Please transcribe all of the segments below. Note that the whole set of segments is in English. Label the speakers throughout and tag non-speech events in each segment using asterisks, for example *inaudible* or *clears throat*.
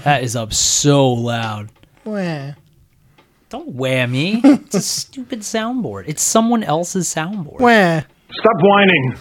Speaker 1: That is up so loud.
Speaker 2: Wah.
Speaker 1: Don't whammy. *laughs* It's a stupid soundboard. It's someone else's soundboard.
Speaker 2: Wah.
Speaker 3: Stop whining.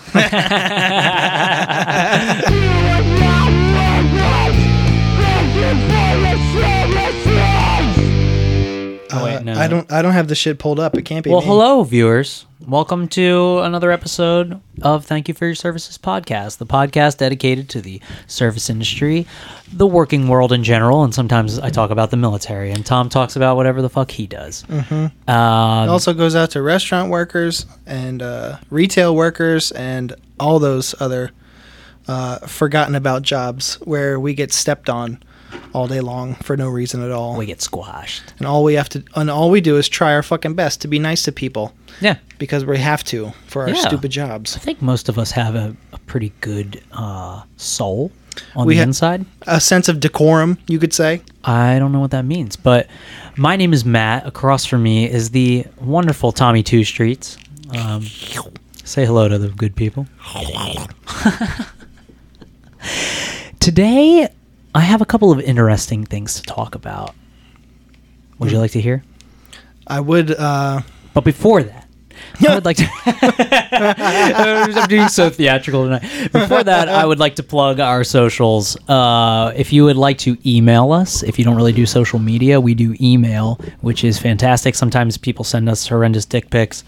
Speaker 1: Oh, wait, no.
Speaker 2: Uh, I don't. I don't have the shit pulled up. It can't be.
Speaker 1: Well,
Speaker 2: me.
Speaker 1: hello, viewers. Welcome to another episode of Thank You for Your Services podcast, the podcast dedicated to the service industry, the working world in general, and sometimes I talk about the military, and Tom talks about whatever the fuck he does.
Speaker 2: Mm.
Speaker 1: Mm-hmm.
Speaker 2: It also goes out to restaurant workers and uh, retail workers and all those other uh, forgotten about jobs where we get stepped on all day long for no reason at all.
Speaker 1: we get squashed.
Speaker 2: And all we have to and all we do is try our fucking best to be nice to people
Speaker 1: Yeah.
Speaker 2: because we have to for our
Speaker 1: Yeah.
Speaker 2: stupid jobs.
Speaker 1: I think most of us have a, a pretty good uh, soul on
Speaker 2: We
Speaker 1: the
Speaker 2: ha-
Speaker 1: inside.
Speaker 2: A sense of decorum, you could say.
Speaker 1: I don't know what that means, but my name is Matt. Across from me is the wonderful Tommy Two Streets. Um, say hello to the good people. *laughs* Today, I have a couple of interesting things to talk about. Would you like to hear?
Speaker 2: I would. Uh,
Speaker 1: But before that, I would like to. *laughs* I'm doing so theatrical tonight. Before that, I would like to plug our socials. Uh, if you would like to email us, if you don't really do social media, we do email, which is fantastic. Sometimes people send us horrendous dick pics.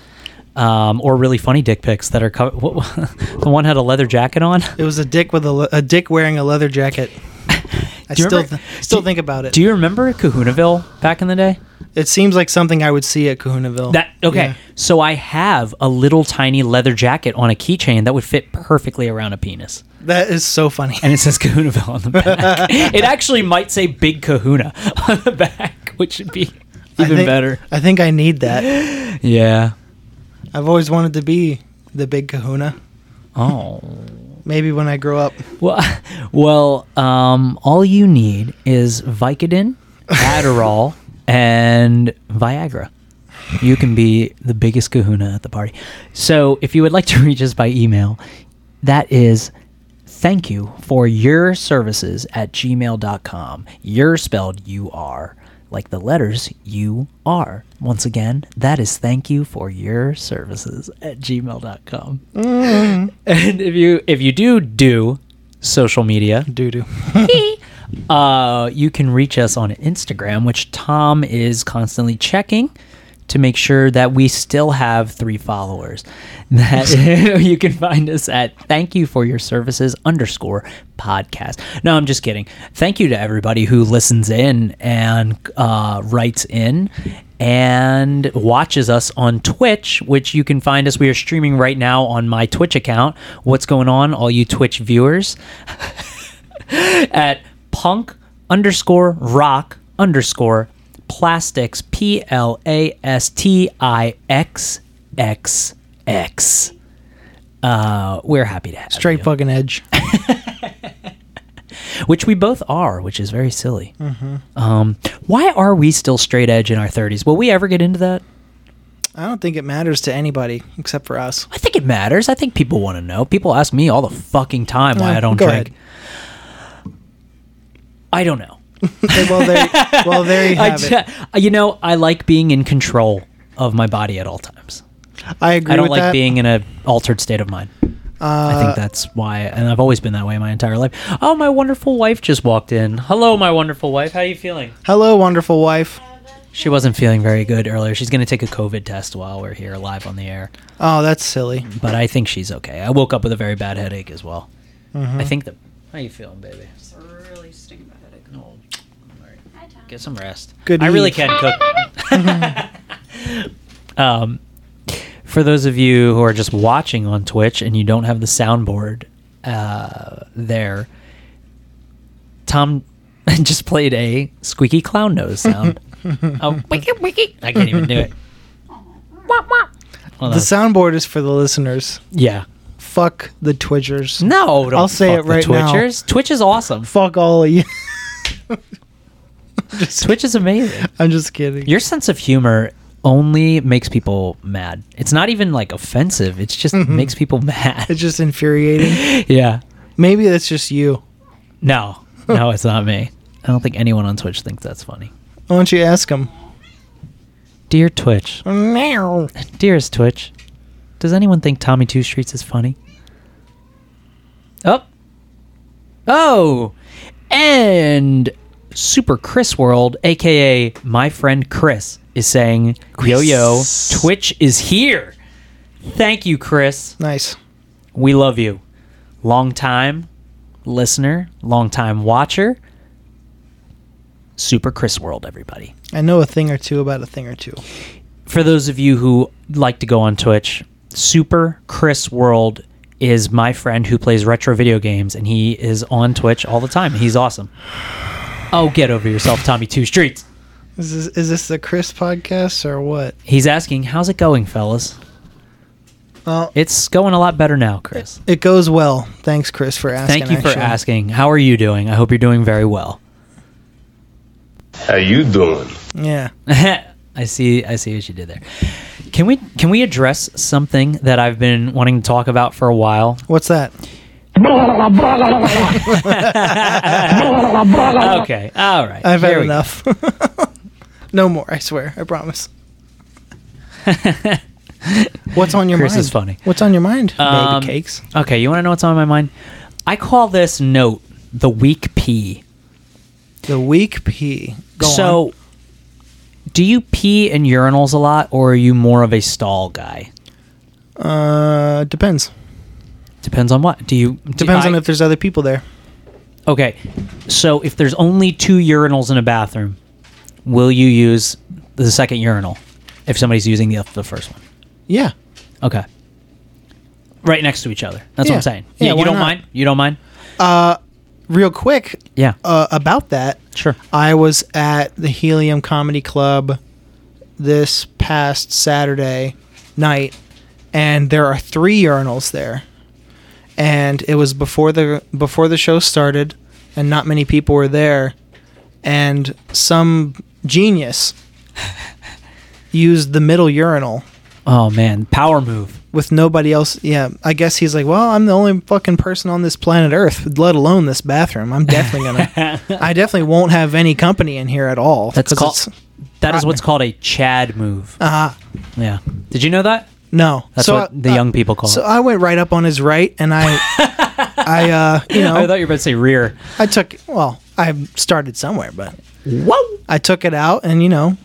Speaker 1: Um, or really funny dick pics that are co- *laughs* the one had a leather jacket on.
Speaker 2: it was a dick with a, le- a dick wearing a leather jacket. I
Speaker 1: *laughs* Do you
Speaker 2: still
Speaker 1: remember-
Speaker 2: th- still
Speaker 1: do-
Speaker 2: think about it.
Speaker 1: Do you remember Kahunaville back in the day?
Speaker 2: it seems like something I would see at Kahunaville.
Speaker 1: That okay.
Speaker 2: Yeah.
Speaker 1: So I have a little tiny leather jacket on a keychain that would fit perfectly around a penis.
Speaker 2: That is so funny.
Speaker 1: and it says Kahunaville on the *laughs* back. it actually might say Big Kahuna on the back, which would be
Speaker 2: I
Speaker 1: even
Speaker 2: think-
Speaker 1: better.
Speaker 2: I think I
Speaker 1: *gasps*
Speaker 2: need that.
Speaker 1: Yeah.
Speaker 2: I've always wanted to be the big kahuna.
Speaker 1: Oh.
Speaker 2: Maybe when I grow up.
Speaker 1: Well, *laughs* well, um, all you need is Vicodin, Adderall, and Viagra. You can be the biggest kahuna at the party. So, if you would like to *laughs* reach us by email, that is thank you for your services at gmail.com. You're spelled U R, like the letters U R. Once again, that is thank you for your services at gmail.com. *laughs* And if you if you do do social media,
Speaker 2: Doo doo.
Speaker 1: uh, you can reach us on Instagram, which Tom is constantly checking to make sure that we still have three followers. *laughs* That *laughs* you can find us at thank you for your services underscore podcast. No, I'm just kidding. Thank you to everybody who listens in and uh, writes in and watches us on Twitch, which you can find us. We are streaming right now on my Twitch account. What's going on, all you Twitch viewers? at punk underscore rock underscore plastics p l a s t i x x x. Uh, we're happy to have
Speaker 2: Straight fucking
Speaker 1: *laughs*
Speaker 2: edge.
Speaker 1: you, which we both are, which is very silly.
Speaker 2: Mm-hmm.
Speaker 1: Um, why are we still straight edge in our thirties? Will we ever get into that?
Speaker 2: I don't think it matters to anybody except for us. *laughs*
Speaker 1: I think it matters. I think people want to know. People ask me all the fucking time why
Speaker 2: Uh,
Speaker 1: I don't
Speaker 2: go
Speaker 1: drink.
Speaker 2: ahead.
Speaker 1: I don't know.
Speaker 2: Okay, well, there, well, there
Speaker 1: *laughs*
Speaker 2: you
Speaker 1: I
Speaker 2: have
Speaker 1: ju- uh,
Speaker 2: it.
Speaker 1: you know, I like being in control of my body at all times.
Speaker 2: I agree
Speaker 1: I don't
Speaker 2: with
Speaker 1: like
Speaker 2: that. Uh,
Speaker 1: being in an altered state of mind. I think that's why, and I've always been that way my entire life. Oh, my wonderful wife just walked in. Hello, my wonderful wife. How you feeling?
Speaker 2: Hello, wonderful wife.
Speaker 1: She wasn't feeling very good earlier. She's going to take a COVID test while we're here live on the air,
Speaker 2: Oh, that's silly.
Speaker 1: but I think she's okay. I woke up with a very bad headache as well.
Speaker 2: Mm-hmm.
Speaker 1: I think the. How you feeling, baby?
Speaker 4: It's really stinking bad headache.
Speaker 1: No. Get some rest.
Speaker 2: Good
Speaker 1: I really
Speaker 2: eve.
Speaker 1: can cook. *laughs* um, for those of you who are just watching on Twitch and you don't have the soundboard uh, there, Tom *laughs* just played a squeaky clown nose
Speaker 2: *laughs*
Speaker 1: sound. oh, wiki, wiki. I can't even do it. Hold
Speaker 2: The
Speaker 1: on.
Speaker 2: soundboard is for the listeners.
Speaker 1: yeah.
Speaker 2: Fuck the Twitchers.
Speaker 1: No, don't
Speaker 2: I'll say
Speaker 1: fuck
Speaker 2: it
Speaker 1: the
Speaker 2: right now.
Speaker 1: Twitchers. Twitch is awesome.
Speaker 2: Fuck all of you. *laughs* Just-
Speaker 1: Twitch is amazing.
Speaker 2: I'm just kidding.
Speaker 1: Your sense of humor only makes people mad. It's not even like offensive. It's just makes people *laughs* mad.
Speaker 2: it's just infuriating.
Speaker 1: yeah.
Speaker 2: Maybe that's just you.
Speaker 1: No. No, it's not me. I don't think anyone on Twitch thinks that's funny.
Speaker 2: Why don't you ask him?
Speaker 1: Dear Twitch,
Speaker 2: Mm. Meow.
Speaker 1: dearest Twitch, does anyone think Tommy Two Streets is funny? Oh, oh, and Super Chris World, aka my friend Chris, is saying, "Yo yo,
Speaker 2: Chris.
Speaker 1: Twitch is here." Thank you, Chris.
Speaker 2: Nice.
Speaker 1: We love you. Long time listener, long time watcher. Super Chris World, everybody.
Speaker 2: I know a thing or two about a thing or two.
Speaker 1: For those of you who like to go on Twitch, Super Chris World is my friend who plays retro video games, and he is on Twitch all the time. He's awesome. Oh, get over yourself, Tommy Two Streets.
Speaker 2: Is this, is this the Chris podcast or what?
Speaker 1: He's asking, How's it going, fellas?
Speaker 2: Well, it,
Speaker 1: It's going a lot better now, Chris.
Speaker 2: goes well. Thanks, Chris, for asking.
Speaker 1: Thank you for
Speaker 2: actually.
Speaker 1: asking. How are you doing? I hope you're doing very well.
Speaker 3: How you doing?
Speaker 2: Yeah.
Speaker 1: *laughs* I see. I see what you did there. Can we can we address something that I've been wanting to talk about for a while?
Speaker 2: What's that?
Speaker 1: *laughs* Okay. All right.
Speaker 2: Oh, I've
Speaker 1: Here
Speaker 2: had
Speaker 1: we go.
Speaker 2: enough. *laughs* no more. I swear.
Speaker 1: *laughs*
Speaker 2: I promise. What's on your
Speaker 1: Chris
Speaker 2: mind?
Speaker 1: is funny.
Speaker 2: What's on your mind?
Speaker 1: Um,
Speaker 2: Baby cakes.
Speaker 1: Okay. You want to know what's on my mind? I call this note the weak pee.
Speaker 2: The weak pee. Go
Speaker 1: so,
Speaker 2: on.
Speaker 1: do you pee in urinals a lot, or are you more of a stall guy?
Speaker 2: uh, depends.
Speaker 1: Depends on what. Do you do
Speaker 2: Depends
Speaker 1: I-
Speaker 2: on if there's other people there.
Speaker 1: Okay. So if there's only two urinals in a bathroom, will you use the second urinal if somebody's using the, the first one?
Speaker 2: Yeah.
Speaker 1: Okay. Right next to each other. That's what
Speaker 2: Yeah.
Speaker 1: I'm saying.
Speaker 2: Yeah,
Speaker 1: Yeah,
Speaker 2: why
Speaker 1: you don't
Speaker 2: not?
Speaker 1: mind? You don't mind?
Speaker 2: Real quick
Speaker 1: Yeah. Uh,
Speaker 2: uh, about that.
Speaker 1: sure.
Speaker 2: I was at the Helium Comedy Club this past Saturday night, and there are three urinals there. And it was before the before the show started, and not many people were there. And some genius *laughs* used the middle urinal
Speaker 1: Oh man, power move.
Speaker 2: with nobody else. Yeah, I guess he's like, well, I'm the only fucking person on this planet Earth, let alone this bathroom. I'm definitely gonna, I definitely won't have any company in here at all.
Speaker 1: That's
Speaker 2: 'cause
Speaker 1: called
Speaker 2: it's-
Speaker 1: That is what's called a Chad move.
Speaker 2: Ah,
Speaker 1: Yeah. Did you know that? uh,
Speaker 2: no.
Speaker 1: That's
Speaker 2: so
Speaker 1: what
Speaker 2: I-
Speaker 1: the
Speaker 2: I-
Speaker 1: young people call
Speaker 2: So
Speaker 1: it.
Speaker 2: I went right up on his right,
Speaker 1: *laughs*
Speaker 2: and I, I, uh, you
Speaker 1: I
Speaker 2: know,
Speaker 1: thought you were about to say rear.
Speaker 2: I took. Well, I started somewhere, but
Speaker 1: Whoa.
Speaker 2: I took it out, and
Speaker 1: *laughs*
Speaker 2: you know,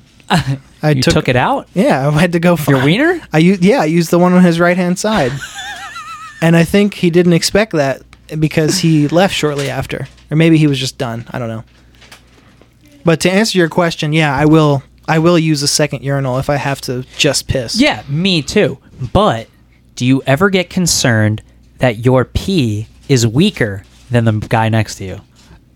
Speaker 2: I
Speaker 1: You took, it out?
Speaker 2: Yeah, I had to go for
Speaker 1: Your wiener?
Speaker 2: I u- yeah, I used the one on his right hand
Speaker 1: *laughs*
Speaker 2: side, and I think he didn't expect that because he left shortly after, or maybe he was just done. I don't know. But to answer your question, yeah, I will. I will use a second urinal if I have to just piss.
Speaker 1: Yeah, me too. But do you ever get concerned that your pee is weaker than the guy next to you?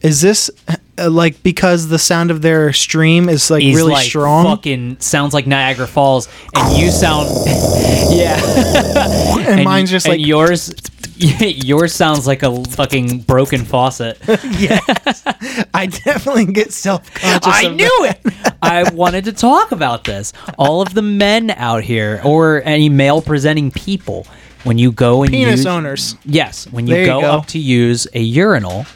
Speaker 2: Is this uh, like because the sound of their stream is like
Speaker 1: He's
Speaker 2: really
Speaker 1: like
Speaker 2: strong?
Speaker 1: Fucking sounds like Niagara Falls, and you sound *laughs* yeah.
Speaker 2: *laughs* and, mine's just
Speaker 1: and
Speaker 2: like
Speaker 1: yours. yours sounds like a fucking broken *laughs* faucet.
Speaker 2: *laughs* I definitely get self conscious.
Speaker 1: I knew it. *laughs* I wanted to talk about this. All of the men out here, or any male presenting people, when you go and
Speaker 2: Penis
Speaker 1: use,
Speaker 2: owners.
Speaker 1: Yes, when you
Speaker 2: There you
Speaker 1: go,
Speaker 2: go.
Speaker 1: up to use a urinal,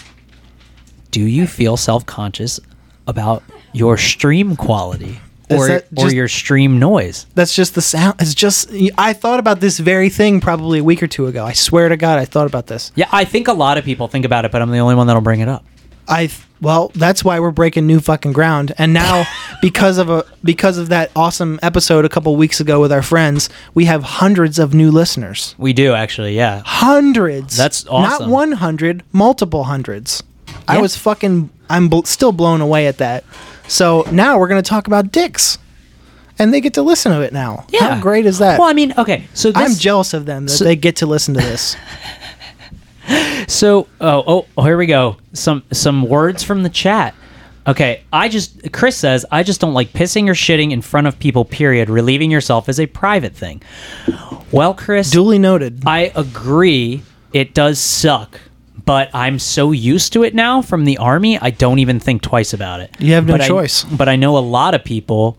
Speaker 1: do you feel self-conscious about your stream quality
Speaker 2: Is
Speaker 1: or
Speaker 2: that
Speaker 1: or
Speaker 2: just-
Speaker 1: your stream noise?
Speaker 2: That's just the sound. It's just I thought about this very thing probably a week or two ago. I swear to God, I thought about this.
Speaker 1: Yeah, I think a lot of people think about it, but I'm the only one that'll bring it up.
Speaker 2: I th- well, that's why we're breaking new fucking ground.
Speaker 1: *laughs*
Speaker 2: And now because of a because of that awesome episode a couple weeks ago with our friends, we have hundreds of new listeners.
Speaker 1: We do actually, yeah.
Speaker 2: Hundreds.
Speaker 1: That's
Speaker 2: Not
Speaker 1: awesome.
Speaker 2: 100, multiple hundreds. I
Speaker 1: Yeah.
Speaker 2: was fucking I'm bl- still blown away at that. So now we're going to talk about dicks. And they get to listen to it now.
Speaker 1: Yeah.
Speaker 2: How great is that?
Speaker 1: Well, I mean, okay. So this,
Speaker 2: I'm jealous of them that
Speaker 1: So-
Speaker 2: they get to listen
Speaker 1: *laughs*
Speaker 2: to this.
Speaker 1: So, oh, oh, here we go. Some some words from the chat. Okay, I just Chris says I just don't like pissing or shitting in front of people. Period. Relieving yourself is a private thing. Well, Chris,
Speaker 2: Duly noted.
Speaker 1: I agree. It does suck, but I'm so used to it now from the army. I don't even think twice about it.
Speaker 2: You have no
Speaker 1: But I-
Speaker 2: choice.
Speaker 1: but I know a lot of people.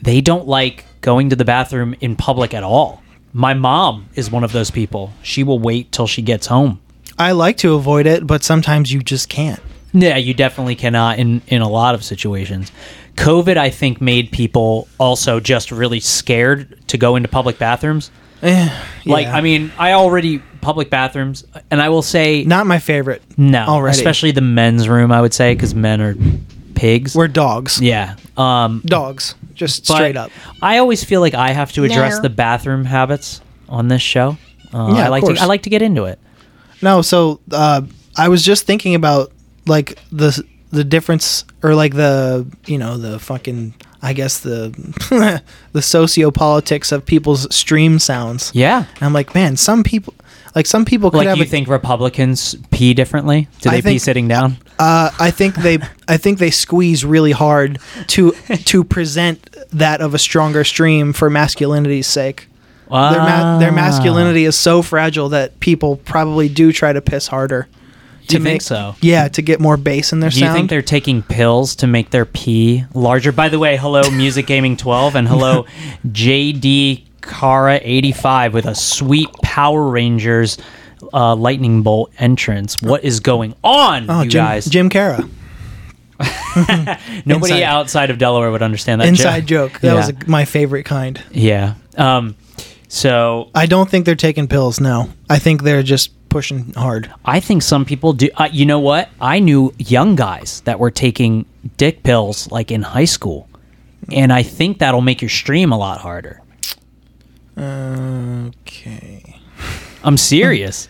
Speaker 1: They don't like going to the bathroom in public at all. My mom is one of those people. She will wait till she gets home.
Speaker 2: I like to avoid it, but sometimes you just can't.
Speaker 1: Yeah, you definitely cannot in in a lot of situations. COVID, I think, made people also just really scared to go into public bathrooms.
Speaker 2: Eh,
Speaker 1: Like,
Speaker 2: yeah.
Speaker 1: I mean, I already public bathrooms, and I will say
Speaker 2: not my favorite.
Speaker 1: no,
Speaker 2: already.
Speaker 1: especially the men's room. I would say because men are pigs.
Speaker 2: We're dogs.
Speaker 1: yeah, um,
Speaker 2: Dogs, just
Speaker 1: but
Speaker 2: straight up.
Speaker 1: I always feel like I have to address
Speaker 2: No.
Speaker 1: the bathroom habits on this show. Uh,
Speaker 2: Yeah,
Speaker 1: I
Speaker 2: of
Speaker 1: like
Speaker 2: course.
Speaker 1: to I like to get into it.
Speaker 2: No, so uh, I was just thinking about like the the difference, or like the you know the fucking I guess the *laughs* the sociopolitics of people's stream sounds.
Speaker 1: Yeah,
Speaker 2: And I'm like, man, some people like some people could
Speaker 1: like
Speaker 2: have
Speaker 1: you
Speaker 2: a-
Speaker 1: think Republicans pee differently? Do
Speaker 2: I
Speaker 1: they pee
Speaker 2: think-
Speaker 1: sitting down?
Speaker 2: Uh, I think they I think they squeeze really hard to to present that of a stronger stream for masculinity's sake. Their, ma- their
Speaker 1: Ah.
Speaker 2: masculinity is so fragile that people probably do try to piss harder.
Speaker 1: Do you think so?
Speaker 2: Yeah, to get more bass in their
Speaker 1: Do you
Speaker 2: sound.
Speaker 1: think they're taking pills to make their pee larger? By the way, hello Music Gaming 12 and
Speaker 2: *laughs*
Speaker 1: hello JD Cara 85 with a sweet Power Rangers uh, lightning bolt entrance. What is going on,
Speaker 2: oh,
Speaker 1: you
Speaker 2: Jim,
Speaker 1: guys?
Speaker 2: Jim Cara.
Speaker 1: Nobody
Speaker 2: inside-
Speaker 1: outside of Delaware would understand that *laughs*
Speaker 2: Inside joke. That
Speaker 1: yeah.
Speaker 2: was a, my favorite kind.
Speaker 1: yeah. Um, so
Speaker 2: I don't think they're taking pills. No, I think they're just pushing hard.
Speaker 1: I think some people do. Uh, you know what? I knew young guys that were taking dick pills like in high school, and I think that'll make your stream a lot harder.
Speaker 2: Okay.
Speaker 1: I'm
Speaker 2: *laughs*
Speaker 1: serious.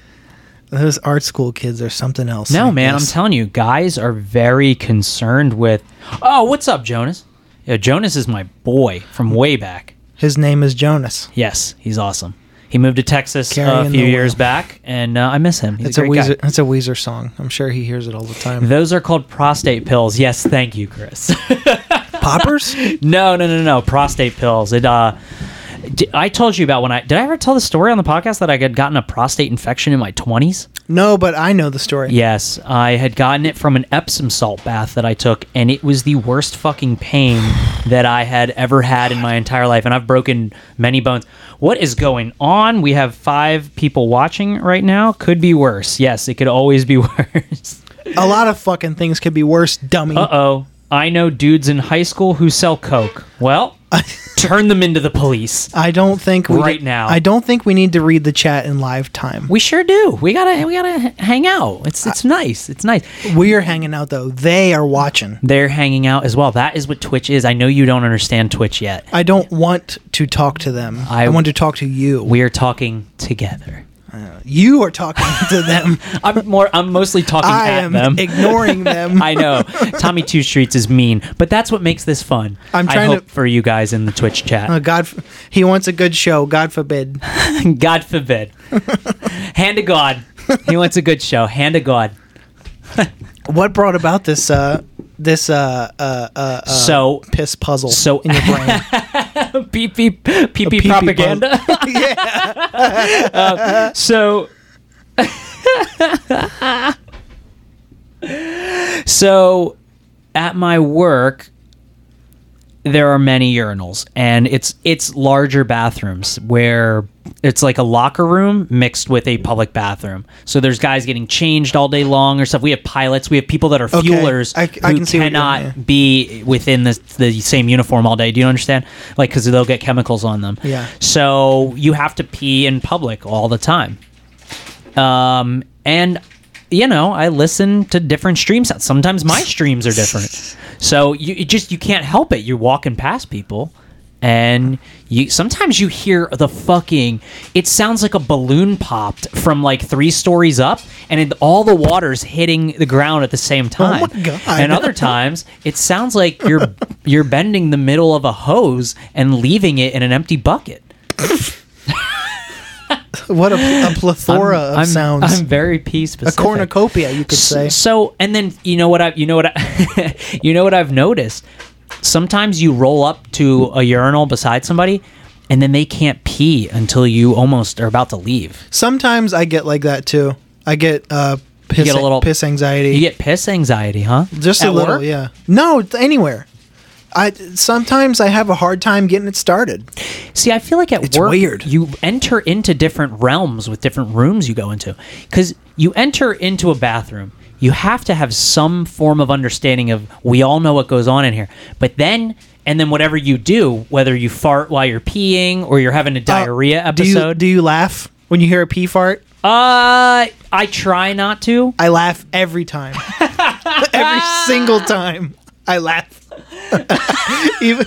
Speaker 2: Those art school kids are something else.
Speaker 1: no,
Speaker 2: I
Speaker 1: man, I'm
Speaker 2: guess.
Speaker 1: telling you, guys are very concerned with. Oh, what's up, Jonas? Yeah, Jonas is my boy from way back.
Speaker 2: His name is Jonas.
Speaker 1: Yes, he's awesome. He moved to Texas uh,
Speaker 2: Carrying
Speaker 1: a
Speaker 2: the
Speaker 1: few
Speaker 2: wheel.
Speaker 1: years back, and uh, I miss him. He's
Speaker 2: It's
Speaker 1: a
Speaker 2: a,
Speaker 1: great guy.
Speaker 2: Weezer. It's a Weezer song. I'm sure he hears it all the time.
Speaker 1: Those are called prostate pills. Yes, thank you, Chris. *laughs*
Speaker 2: Poppers?
Speaker 1: No, no, no, no. Prostate pills. It. uh d- I told you about when I did. I ever tell the story on the podcast that I had gotten a prostate infection in my twenties.
Speaker 2: no, but I know the story.
Speaker 1: Yes, I had gotten it from an Epsom salt bath that I took, and it was the worst fucking pain that I had ever had in my entire life. And I've broken many bones. What is going on? We have five people watching right now. Could be worse. Yes, it could always be *laughs* worse.
Speaker 2: A lot of fucking things could be worse, dummy.
Speaker 1: Uh oh. I know dudes in high school who sell coke. Well, turn them into the police.
Speaker 2: I don't think we
Speaker 1: Right now.
Speaker 2: I don't think we need to read the chat in live time.
Speaker 1: We sure do. We gotta we gotta h- hang out. It's it's nice. It's nice.
Speaker 2: We are hanging out though. They are watching.
Speaker 1: They're hanging out as well. That is what Twitch is. I know you don't understand Twitch yet.
Speaker 2: I don't want to talk to them. I,
Speaker 1: I-
Speaker 2: want to talk to you.
Speaker 1: We are talking together.
Speaker 2: you are talking *laughs* to
Speaker 1: *laughs*
Speaker 2: them.
Speaker 1: I'm more. I'm mostly talking
Speaker 2: I
Speaker 1: at
Speaker 2: am
Speaker 1: them.
Speaker 2: ignoring them.
Speaker 1: *laughs* I
Speaker 2: *laughs*
Speaker 1: know Tommy Two Streets is mean, but that's what makes this fun.
Speaker 2: I'm
Speaker 1: I
Speaker 2: trying
Speaker 1: hope
Speaker 2: to-
Speaker 1: for you guys in the Twitch chat.
Speaker 2: Uh, God, f- he wants a good show. God forbid.
Speaker 1: *laughs* God
Speaker 2: *laughs*
Speaker 1: forbid. Hand to God. He wants a good show. Hand to God.
Speaker 2: What brought about this? Uh, this uh, uh, uh, uh,
Speaker 1: so
Speaker 2: piss puzzle
Speaker 1: so-
Speaker 2: in
Speaker 1: *laughs*
Speaker 2: your brain.
Speaker 1: pee pee pee pee
Speaker 2: pee-pee
Speaker 1: propaganda. *laughs* Uh, so. *laughs* so, at my work, there are many urinals, and it's it's larger bathrooms where it's like a locker room mixed with a public bathroom. So there's guys getting changed all day long or stuff. We have pilots, we have people that are
Speaker 2: Okay,
Speaker 1: fuelers
Speaker 2: I- I
Speaker 1: who
Speaker 2: can see what you're-
Speaker 1: cannot
Speaker 2: yeah.
Speaker 1: be within the, the same uniform all day. Do you understand? Like, because they'll get chemicals on them.
Speaker 2: Yeah.
Speaker 1: So you have to pee in public all the time. Um, and you know, I listen to different streams. Sometimes my streams are different. So you it just you can't help it. You're walking past people. And you sometimes you hear the fucking it sounds like a balloon popped from like three stories up and it, all the water's hitting the ground at the same time.
Speaker 2: Oh my God.
Speaker 1: And other times it sounds like
Speaker 2: *laughs*
Speaker 1: you're you're bending the middle of a hose and leaving it in an empty bucket. *laughs*
Speaker 2: What a, a plethora of sounds.
Speaker 1: I'm very peace
Speaker 2: a cornucopia, you could say.
Speaker 1: So, and then you know what I, you know what I, *laughs* you know what I've noticed. Sometimes you roll up to a urinal beside somebody, and then they can't pee until you almost are about to leave.
Speaker 2: Sometimes I get like that too. I get uh piss,
Speaker 1: get a little-
Speaker 2: piss anxiety.
Speaker 1: You get piss anxiety, huh?
Speaker 2: just a
Speaker 1: At
Speaker 2: little,
Speaker 1: work?
Speaker 2: yeah. No, it's anywhere. I sometimes I have a hard time getting it started.
Speaker 1: See, I feel like at work,
Speaker 2: weird.
Speaker 1: you enter into different realms with different rooms you go into. Because you enter into a bathroom, you have to have some form of understanding of we all know what goes on in here. But then and then whatever you do, whether you fart while you're peeing or you're having a diarrhea
Speaker 2: Uh, Do you,
Speaker 1: episode,
Speaker 2: do you laugh when you hear a pee fart?
Speaker 1: uh, I try not to.
Speaker 2: I laugh
Speaker 1: *laughs*
Speaker 2: every time. every single time. I laugh. *laughs* Even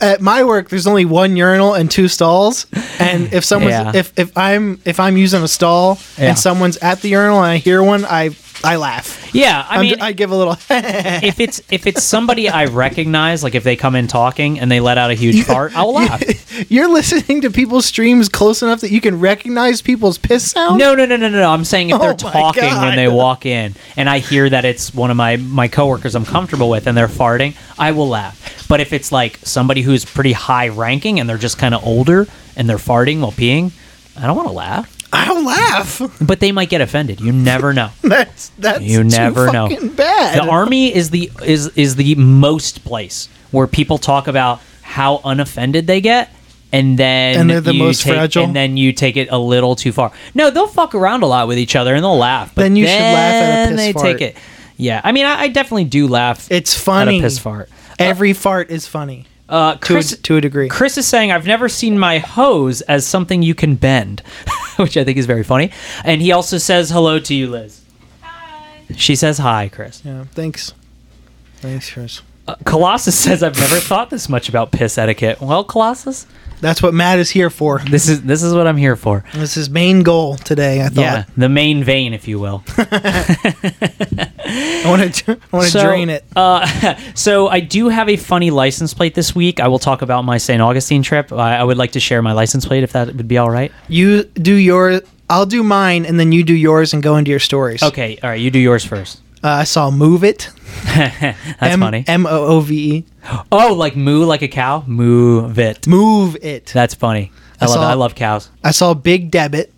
Speaker 2: at my work there's only one urinal and two stalls. And if someone's
Speaker 1: Yeah.
Speaker 2: if, if I'm if I'm using a stall
Speaker 1: Yeah.
Speaker 2: and someone's at the urinal and I hear one, I I laugh.
Speaker 1: Yeah, I
Speaker 2: I'm-
Speaker 1: mean,
Speaker 2: I give a little *laughs*
Speaker 1: if it's if it's somebody I recognize, like if they come in talking and they let out a huge fart, I'll laugh.
Speaker 2: You're listening to people's streams close enough that you can recognize people's piss sound?
Speaker 1: No, no, no, no, no. no. I'm saying if they're
Speaker 2: *laughs* Oh my
Speaker 1: talking when
Speaker 2: God.
Speaker 1: they walk in, and I hear that it's one of my my coworkers I'm comfortable with, and they're farting, I will laugh. But if it's like somebody who's pretty high ranking and they're just kind of older and they're farting while peeing, I don't want to laugh.
Speaker 2: I'll laugh. *laughs*
Speaker 1: But they might get offended. You never know.
Speaker 2: That's that's
Speaker 1: You
Speaker 2: too
Speaker 1: never know.
Speaker 2: fucking Bad.
Speaker 1: The army is the is is the most place where people talk about how unoffended they get, and then
Speaker 2: And they're the
Speaker 1: you
Speaker 2: most
Speaker 1: take,
Speaker 2: fragile?
Speaker 1: And then you take it a little too far. No, they'll fuck around a lot with each other and they'll laugh. But
Speaker 2: Then you should laugh at a
Speaker 1: then
Speaker 2: piss
Speaker 1: they
Speaker 2: fart.
Speaker 1: take it. Yeah, I mean, I, I definitely do laugh.
Speaker 2: It's funny.
Speaker 1: At a piss fart.
Speaker 2: Every fart is funny.
Speaker 1: Uh,
Speaker 2: to,
Speaker 1: Chris,
Speaker 2: a, to a degree.
Speaker 1: Chris is saying, I've never seen my hose as something you can bend, *laughs* which I think is very funny. And he also says hello to you, Liz. Hi. She says hi, Chris.
Speaker 2: yeah, thanks. Thanks, Chris.
Speaker 1: Colossus *laughs* says, "I've never thought this much about piss etiquette." Well, Colossus,
Speaker 2: That's what Matt is here for.
Speaker 1: this is this is what I'm here for.
Speaker 2: That's his main goal today, I thought.
Speaker 1: Yeah, the main vein, if you
Speaker 2: *laughs*
Speaker 1: will.
Speaker 2: I want to I want to drain it.
Speaker 1: Uh, *laughs* so I do have a funny license plate this week. I will talk about my St. Augustine trip. I, I would like to share my license plate if that would be all right.
Speaker 2: You do your I'll do mine and then you do yours and go into your stories.
Speaker 1: Okay, all right, you do yours first. *laughs*
Speaker 2: Uh, I saw Move It.
Speaker 1: That's
Speaker 2: M-
Speaker 1: funny.
Speaker 2: M O O V E.
Speaker 1: oh, like moo like a cow? Move it.
Speaker 2: Move It.
Speaker 1: That's funny. I,
Speaker 2: I
Speaker 1: love
Speaker 2: saw-
Speaker 1: it. I love cows.
Speaker 2: I saw Big Debit.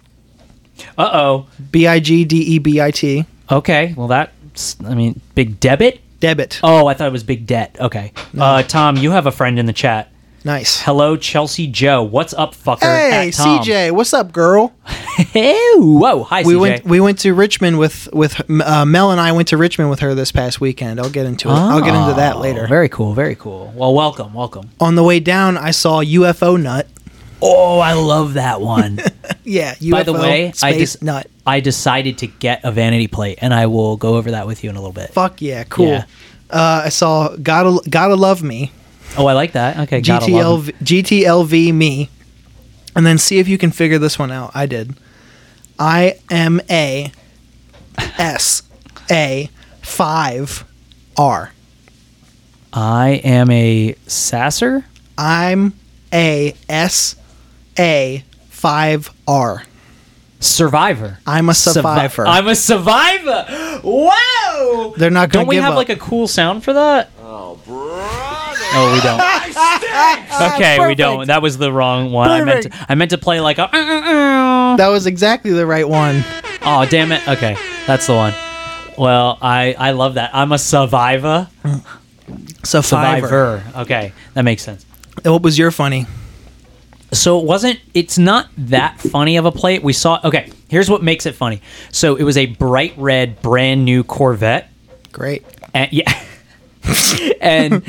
Speaker 1: Uh oh.
Speaker 2: B I G D E B I T.
Speaker 1: Okay. Well, that's I mean, big debit.
Speaker 2: Debit.
Speaker 1: Oh, I thought it was big debt. Okay. Uh, Tom, you have a friend in the chat.
Speaker 2: Nice.
Speaker 1: Hello, Chelsea Joe. What's up, fucker?
Speaker 2: Hey,
Speaker 1: At Tom.
Speaker 2: CJ, what's up, girl?
Speaker 1: Hey, whoa. Hi,
Speaker 2: We
Speaker 1: CJ.
Speaker 2: went we went to Richmond with with uh, Mel and I went to Richmond with her this past weekend. I'll get into it. I'll get into that
Speaker 1: Oh,
Speaker 2: later.
Speaker 1: Very cool. Very cool. Well, welcome. Welcome.
Speaker 2: On the way down, I saw UFO nut.
Speaker 1: Oh, I love that one.
Speaker 2: Yeah, UFO
Speaker 1: By the way,
Speaker 2: space
Speaker 1: I just
Speaker 2: nut.
Speaker 1: *laughs* I decided to get a vanity plate, and I will go over that with you in a little bit.
Speaker 2: Fuck yeah, cool.
Speaker 1: Yeah.
Speaker 2: Uh, I saw gotta gotta love me
Speaker 1: Oh, I like that. Okay, gotta love
Speaker 2: GTLV, GTLV me, and then see if you can figure this one out. I did. I M A S A five R.
Speaker 1: I am a sasser.
Speaker 2: I'm a S A five R.
Speaker 1: Survivor.
Speaker 2: I'm a survivor.
Speaker 1: Survi- I'm a survivor. Wow.
Speaker 2: They're not gonna
Speaker 1: Don't we
Speaker 2: give
Speaker 1: have
Speaker 2: up.
Speaker 1: like a cool sound for that? Oh, brother. Oh, we *laughs* don't. *laughs* okay, we don't. That was the wrong one. I meant to, I meant to play like a. uh,
Speaker 2: That was exactly the right one.
Speaker 1: Oh, uh. damn it. Okay, that's the one. Well, I I love that. I'm a survivor.
Speaker 2: Survivor.
Speaker 1: Okay, that makes sense.
Speaker 2: And What was your funny?
Speaker 1: So it wasn't. It's not that funny of a plate. We saw. Okay, here's what makes it funny. So it was a bright red, brand new Corvette.
Speaker 2: Great.
Speaker 1: and yeah *laughs* and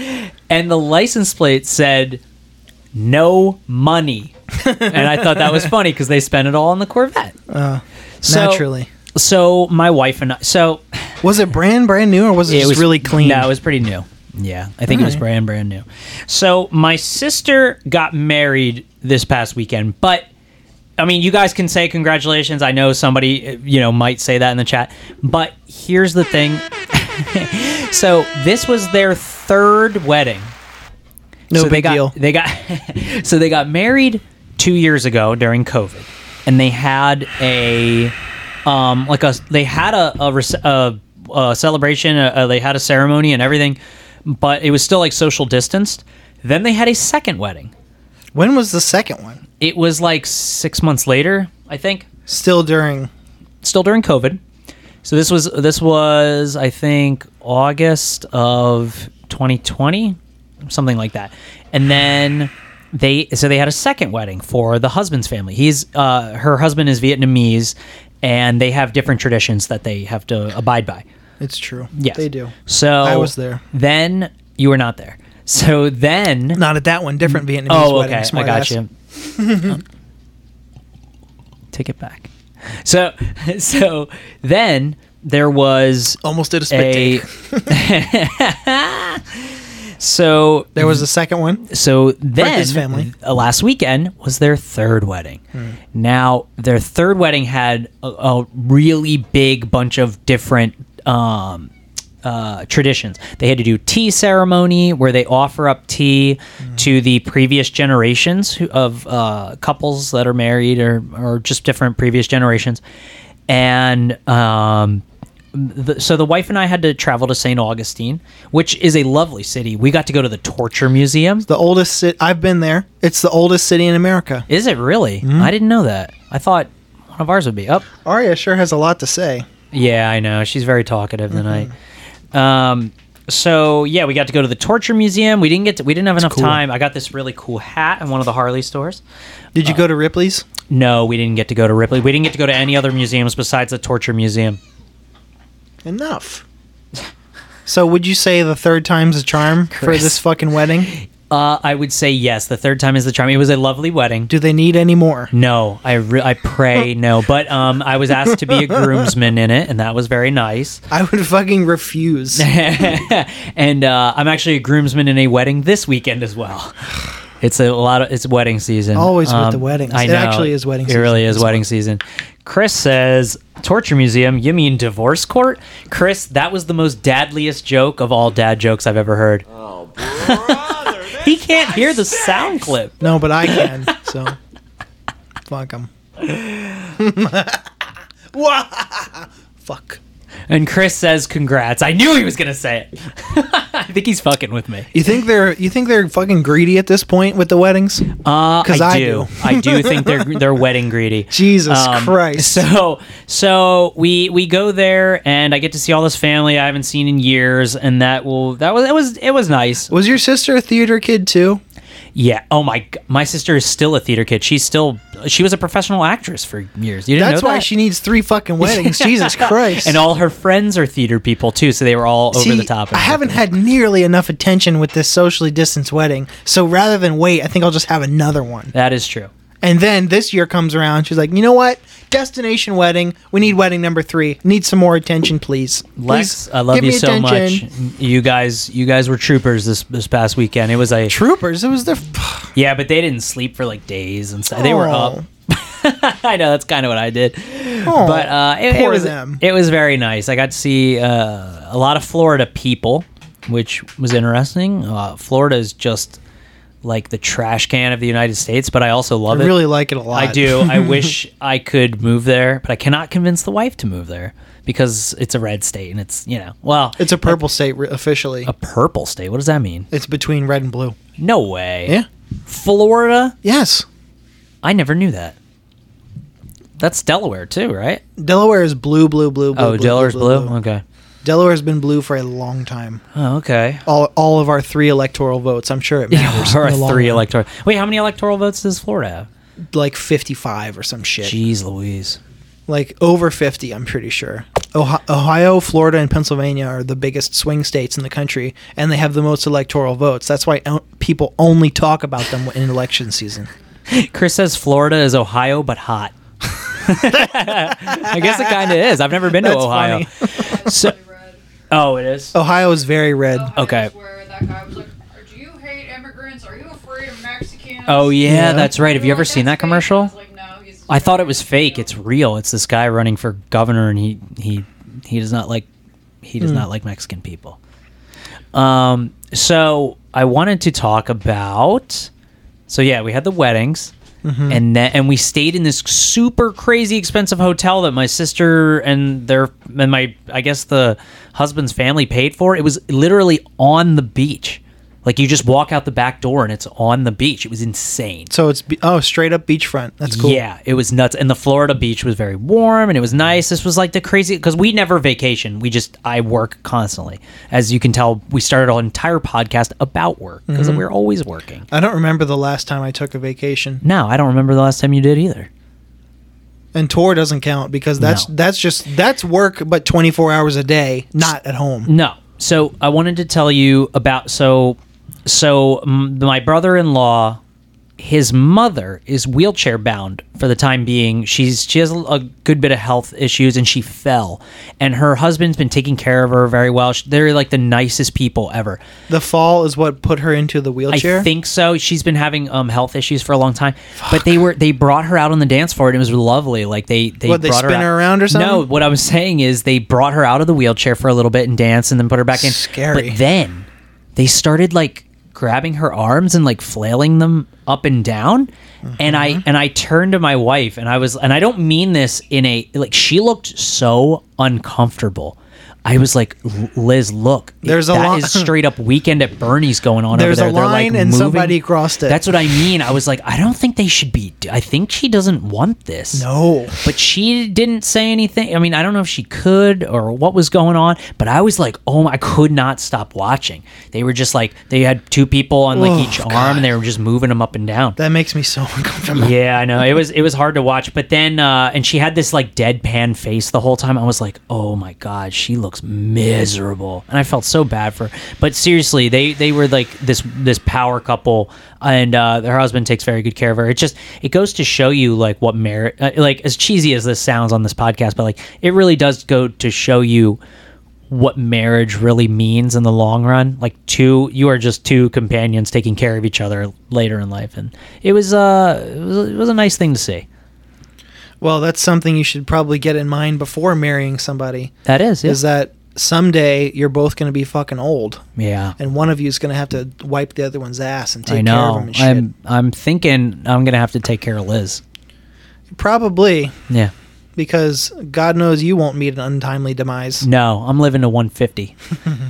Speaker 1: and the license plate said no money and i thought that was funny because they spent it all on the corvette So-
Speaker 2: Naturally.
Speaker 1: so my wife and i so
Speaker 2: Was it brand brand new or was it, just really clean?
Speaker 1: no it was pretty new yeah i think it was brand brand new so my sister got married this past weekend but i mean you guys can say congratulations i know somebody uh, you know might say that in the chat but here's the thing *laughs* so this was their third wedding
Speaker 2: no
Speaker 1: so
Speaker 2: big
Speaker 1: they got,
Speaker 2: deal.
Speaker 1: They got *laughs* so they got married two years ago during COVID, and they had a um like a they had a a, rece- a, a celebration. uh uh they had a ceremony and everything, but it was still like social distanced. Then they had a second wedding.
Speaker 2: When was the second one?
Speaker 1: It was like six months later, I think,
Speaker 2: Still during.
Speaker 1: still during COVID. So this was this was I think August of 2020, something like that. And then they so they had a second wedding for the husband's family. He's uh, her husband is Vietnamese, and they have different traditions that they have to abide by.
Speaker 2: It's true.
Speaker 1: Yes.
Speaker 2: They do.
Speaker 1: So
Speaker 2: I was there.
Speaker 1: Then you were not there. So then.
Speaker 2: Not at that one. Different Vietnamese
Speaker 1: oh,
Speaker 2: wedding.
Speaker 1: okay. I
Speaker 2: smart
Speaker 1: got
Speaker 2: ass.
Speaker 1: you. *laughs* Take it back. So, *laughs* so then there was
Speaker 2: Almost did a spit
Speaker 1: a.
Speaker 2: take.
Speaker 1: *laughs* so
Speaker 2: There was a second one.
Speaker 1: so then
Speaker 2: Frankie's family.
Speaker 1: uh, last weekend was their third wedding. Now their third wedding had a, a really big bunch of different um, uh, traditions. They had to do tea ceremony where they offer up tea to the previous generations who, of uh, couples that are married or or just different previous generations, and. Um, the, so the wife and I had to travel to St. Augustine, which is a lovely city. We got to go to the torture museum.
Speaker 2: The oldest city. I've been there. It's the oldest city in America.
Speaker 1: Is it really? I didn't know that. I thought one of ours would be up.
Speaker 2: Aria sure has a lot to say.
Speaker 1: Yeah, I know. She's very talkative tonight. Um, so yeah, we got to go to the torture museum. We didn't get to, we didn't have enough
Speaker 2: cool.
Speaker 1: time. I got this really cool hat in one of the Harley stores.
Speaker 2: Did you
Speaker 1: Uh.
Speaker 2: go to Ripley's?
Speaker 1: No, we didn't get to go to Ripley. We didn't get to go to any other museums besides the torture museum.
Speaker 2: Enough. So would you say the third time's a charm for
Speaker 1: Chris.
Speaker 2: this fucking wedding?
Speaker 1: Uh, I would say yes. The third time is the charm. It was a lovely wedding.
Speaker 2: Do they need
Speaker 1: *laughs*
Speaker 2: any more?
Speaker 1: No, I re- I pray no. But um, I was asked to be *laughs* a groomsman in it, and that was very nice.
Speaker 2: I would fucking
Speaker 1: *laughs*
Speaker 2: refuse.
Speaker 1: and uh, I'm actually a groomsman in a wedding this weekend as well. *sighs* It's a lot of it's wedding season. Um,
Speaker 2: Always with the weddings.
Speaker 1: I
Speaker 2: It
Speaker 1: know.
Speaker 2: actually is wedding
Speaker 1: It
Speaker 2: season.
Speaker 1: really is
Speaker 2: It's
Speaker 1: wedding season. Chris says torture museum. You mean divorce court? Chris, that was the most dadliest joke of all dad jokes I've ever heard.
Speaker 5: Oh,
Speaker 1: *laughs*
Speaker 5: brother.
Speaker 1: He can't hear the sound clip.
Speaker 2: No, but I can. So fuck them. fuck.
Speaker 1: And Chris says, "Congrats! I knew he was gonna say it." *laughs* I think he's fucking with me.
Speaker 2: You think they're you think they're fucking greedy at this point with the weddings?
Speaker 1: Uh,
Speaker 2: 'Cause
Speaker 1: I,
Speaker 2: I
Speaker 1: do.
Speaker 2: do.
Speaker 1: I
Speaker 2: *laughs*
Speaker 1: do think they're they're wedding greedy. Um,
Speaker 2: Jesus Christ.
Speaker 1: So so we we go there and I get to see all this family I haven't seen in years, and that will that was it was it was nice.
Speaker 2: Was your sister a theater kid too?
Speaker 1: Yeah. Oh my g- my sister is still a theater kid. She's still she was a professional actress for years. You didn't
Speaker 2: That's
Speaker 1: know
Speaker 2: why
Speaker 1: that?
Speaker 2: she needs three fucking
Speaker 1: *laughs*
Speaker 2: weddings. Jesus Christ.
Speaker 1: and all her friends are theater people too, so they were all
Speaker 2: See,
Speaker 1: over the top.
Speaker 2: I haven't had nearly enough attention with this socially distanced wedding. So rather than wait, I think I'll just have another one.
Speaker 1: That is true.
Speaker 2: And then this year comes around, she's like, you know what? Destination wedding. We need wedding number three. Need some more attention, please.
Speaker 1: Lex,
Speaker 2: Please
Speaker 1: I love
Speaker 2: give
Speaker 1: you
Speaker 2: me
Speaker 1: so
Speaker 2: attention."
Speaker 1: much. You guys, you guys were troopers this this past weekend. It was a
Speaker 2: Troopers. It was their. *sighs*
Speaker 1: Yeah, but they didn't sleep for like days and stuff. They were up. *laughs* I know that's kind of what I did,
Speaker 2: oh.
Speaker 1: but uh, it, it
Speaker 2: poor
Speaker 1: was
Speaker 2: them.
Speaker 1: it was very nice. I got to see uh, a lot of Florida people, which was interesting. Uh, Florida is just like the trash can of the United States, but I also
Speaker 2: I
Speaker 1: love it.
Speaker 2: really like it a lot.
Speaker 1: I
Speaker 2: *laughs*
Speaker 1: do. I wish I could move there, but I cannot convince the wife to move there because it's a red state and it's you know well
Speaker 2: It's a purple state re- officially.
Speaker 1: a purple state. What does that mean?
Speaker 2: It's between red and blue.
Speaker 1: No way.
Speaker 2: Yeah.
Speaker 1: Florida.
Speaker 2: Yes.
Speaker 1: I never knew that. That's Delaware too, right?
Speaker 2: Delaware is blue, blue, blue, blue.
Speaker 1: oh, Delaware's blue? Okay.
Speaker 2: Delaware's been blue for a long time.
Speaker 1: Oh, okay.
Speaker 2: All, all of our three electoral votes.
Speaker 1: *laughs*
Speaker 2: I'm sure it matters.
Speaker 1: Or
Speaker 2: in the long
Speaker 1: three
Speaker 2: run.
Speaker 1: electoral. Wait, how many electoral votes does Florida have?
Speaker 2: like 55 or some shit.
Speaker 1: Jeez, Louise.
Speaker 2: Like over 50, I'm pretty sure. Ohio, Ohio, Florida, and Pennsylvania are the biggest swing states in the country, and they have the most electoral votes. That's why o- people only talk about them in election season.
Speaker 1: Chris says Florida is Ohio but hot. *laughs* I guess it kind of is. I've never been to
Speaker 2: That's
Speaker 1: Ohio. So,
Speaker 4: Really red.
Speaker 1: oh, it is.
Speaker 2: Ohio is very red.
Speaker 4: Ohio's
Speaker 1: Okay.
Speaker 4: where that guy was like, "Do you hate immigrants? Are you afraid of Mexicans?"
Speaker 1: Oh yeah,
Speaker 2: Yeah.
Speaker 1: that's right. Have you ever
Speaker 4: Like,
Speaker 1: seen
Speaker 4: "That's
Speaker 1: that
Speaker 4: fake." I,
Speaker 1: commercial?
Speaker 4: was like, no, he's
Speaker 1: I thought it was fake. It's real. It's this guy running for governor, and he he he does not like he does not like Mexican people. Um. So I wanted to talk about. So yeah, we had the weddings, and then and we stayed in this super crazy expensive hotel that my sister and their and my I guess the husband's family paid for. It was literally on the beach. Like you just walk out the back door and it's on the beach. It was insane.
Speaker 2: So it's be- oh straight up beachfront. That's cool.
Speaker 1: Yeah, it was nuts. And the Florida beach was very warm and it was nice. This was like the crazy because we never vacation. We just I work constantly. As you can tell, we started an entire podcast about work because we're always working.
Speaker 2: I don't remember the last time I took a vacation.
Speaker 1: No, I don't remember the last time you did either.
Speaker 2: And tour doesn't count because that's
Speaker 1: No.
Speaker 2: that's just that's work, but 24 hours a day, not at home.
Speaker 1: No. So I wanted to tell you about so so m- my brother-in-law his mother is wheelchair bound for the time being. She's she has a- a good bit of health issues and she fell and her husband's been taking care of her very well. Sh- They're like the nicest people ever.
Speaker 2: The fall is what put her into the wheelchair.
Speaker 1: I think so. She's been having um, health issues for a long time, but they were they brought her out on the dance floor and it was lovely. Like they they
Speaker 2: What, they
Speaker 1: brought
Speaker 2: spin
Speaker 1: out-
Speaker 2: her around or something?
Speaker 1: No, what I was saying is they brought her out of the wheelchair for a little bit and danced and then put her back in.
Speaker 2: Scary.
Speaker 1: But then they started like grabbing her arms and like flailing them up and down. And
Speaker 2: Mm-hmm.
Speaker 1: I and I turned to my wife and I was and I don't mean this in a like she looked so uncomfortable. I was like, Liz, look,
Speaker 2: There's a
Speaker 1: that
Speaker 2: lo- *laughs*
Speaker 1: is straight up weekend at Bernie's going on
Speaker 2: There's
Speaker 1: over
Speaker 2: a
Speaker 1: there. They're, like,
Speaker 2: line and
Speaker 1: moving-
Speaker 2: somebody crossed it.
Speaker 1: That's what I mean. I was like, I don't think they should be. I think she doesn't want this.
Speaker 2: No.
Speaker 1: But she didn't say anything. I mean, I don't know if she could or what was going on, but I was like, oh, my, I could not stop watching. They were just like, they had two people on like
Speaker 2: Oh,
Speaker 1: each arm and they were just moving them up and down.
Speaker 2: That makes me so *laughs* uncomfortable.
Speaker 1: Yeah, I know. It was it was hard to watch, but then uh and she had this like deadpan face the whole time. I was like, "Oh my god, she looks miserable." And I felt so bad for her. But seriously, they they were like this this power couple and uh her husband takes very good care of her. It just it goes to show you like what merit uh, like as cheesy as this sounds on this podcast, but like it really does go to show you what marriage really means in the long run. Like two, you are just two companions taking care of each other later in life, and it was uh, it was, it was a nice thing to see.
Speaker 2: Well, that's something you should probably get in mind before marrying somebody.
Speaker 1: That is, yeah.
Speaker 2: Is that someday you're both going to be fucking old,
Speaker 1: yeah.
Speaker 2: and one of you is going to have to wipe the other one's ass and take
Speaker 1: I
Speaker 2: care of
Speaker 1: know.
Speaker 2: him and shit.
Speaker 1: I'm I'm thinking I'm gonna have to take care of Liz.
Speaker 2: Probably
Speaker 1: Yeah.
Speaker 2: because God knows you won't meet an untimely demise.
Speaker 1: No, I'm living to
Speaker 2: *laughs*
Speaker 1: 150.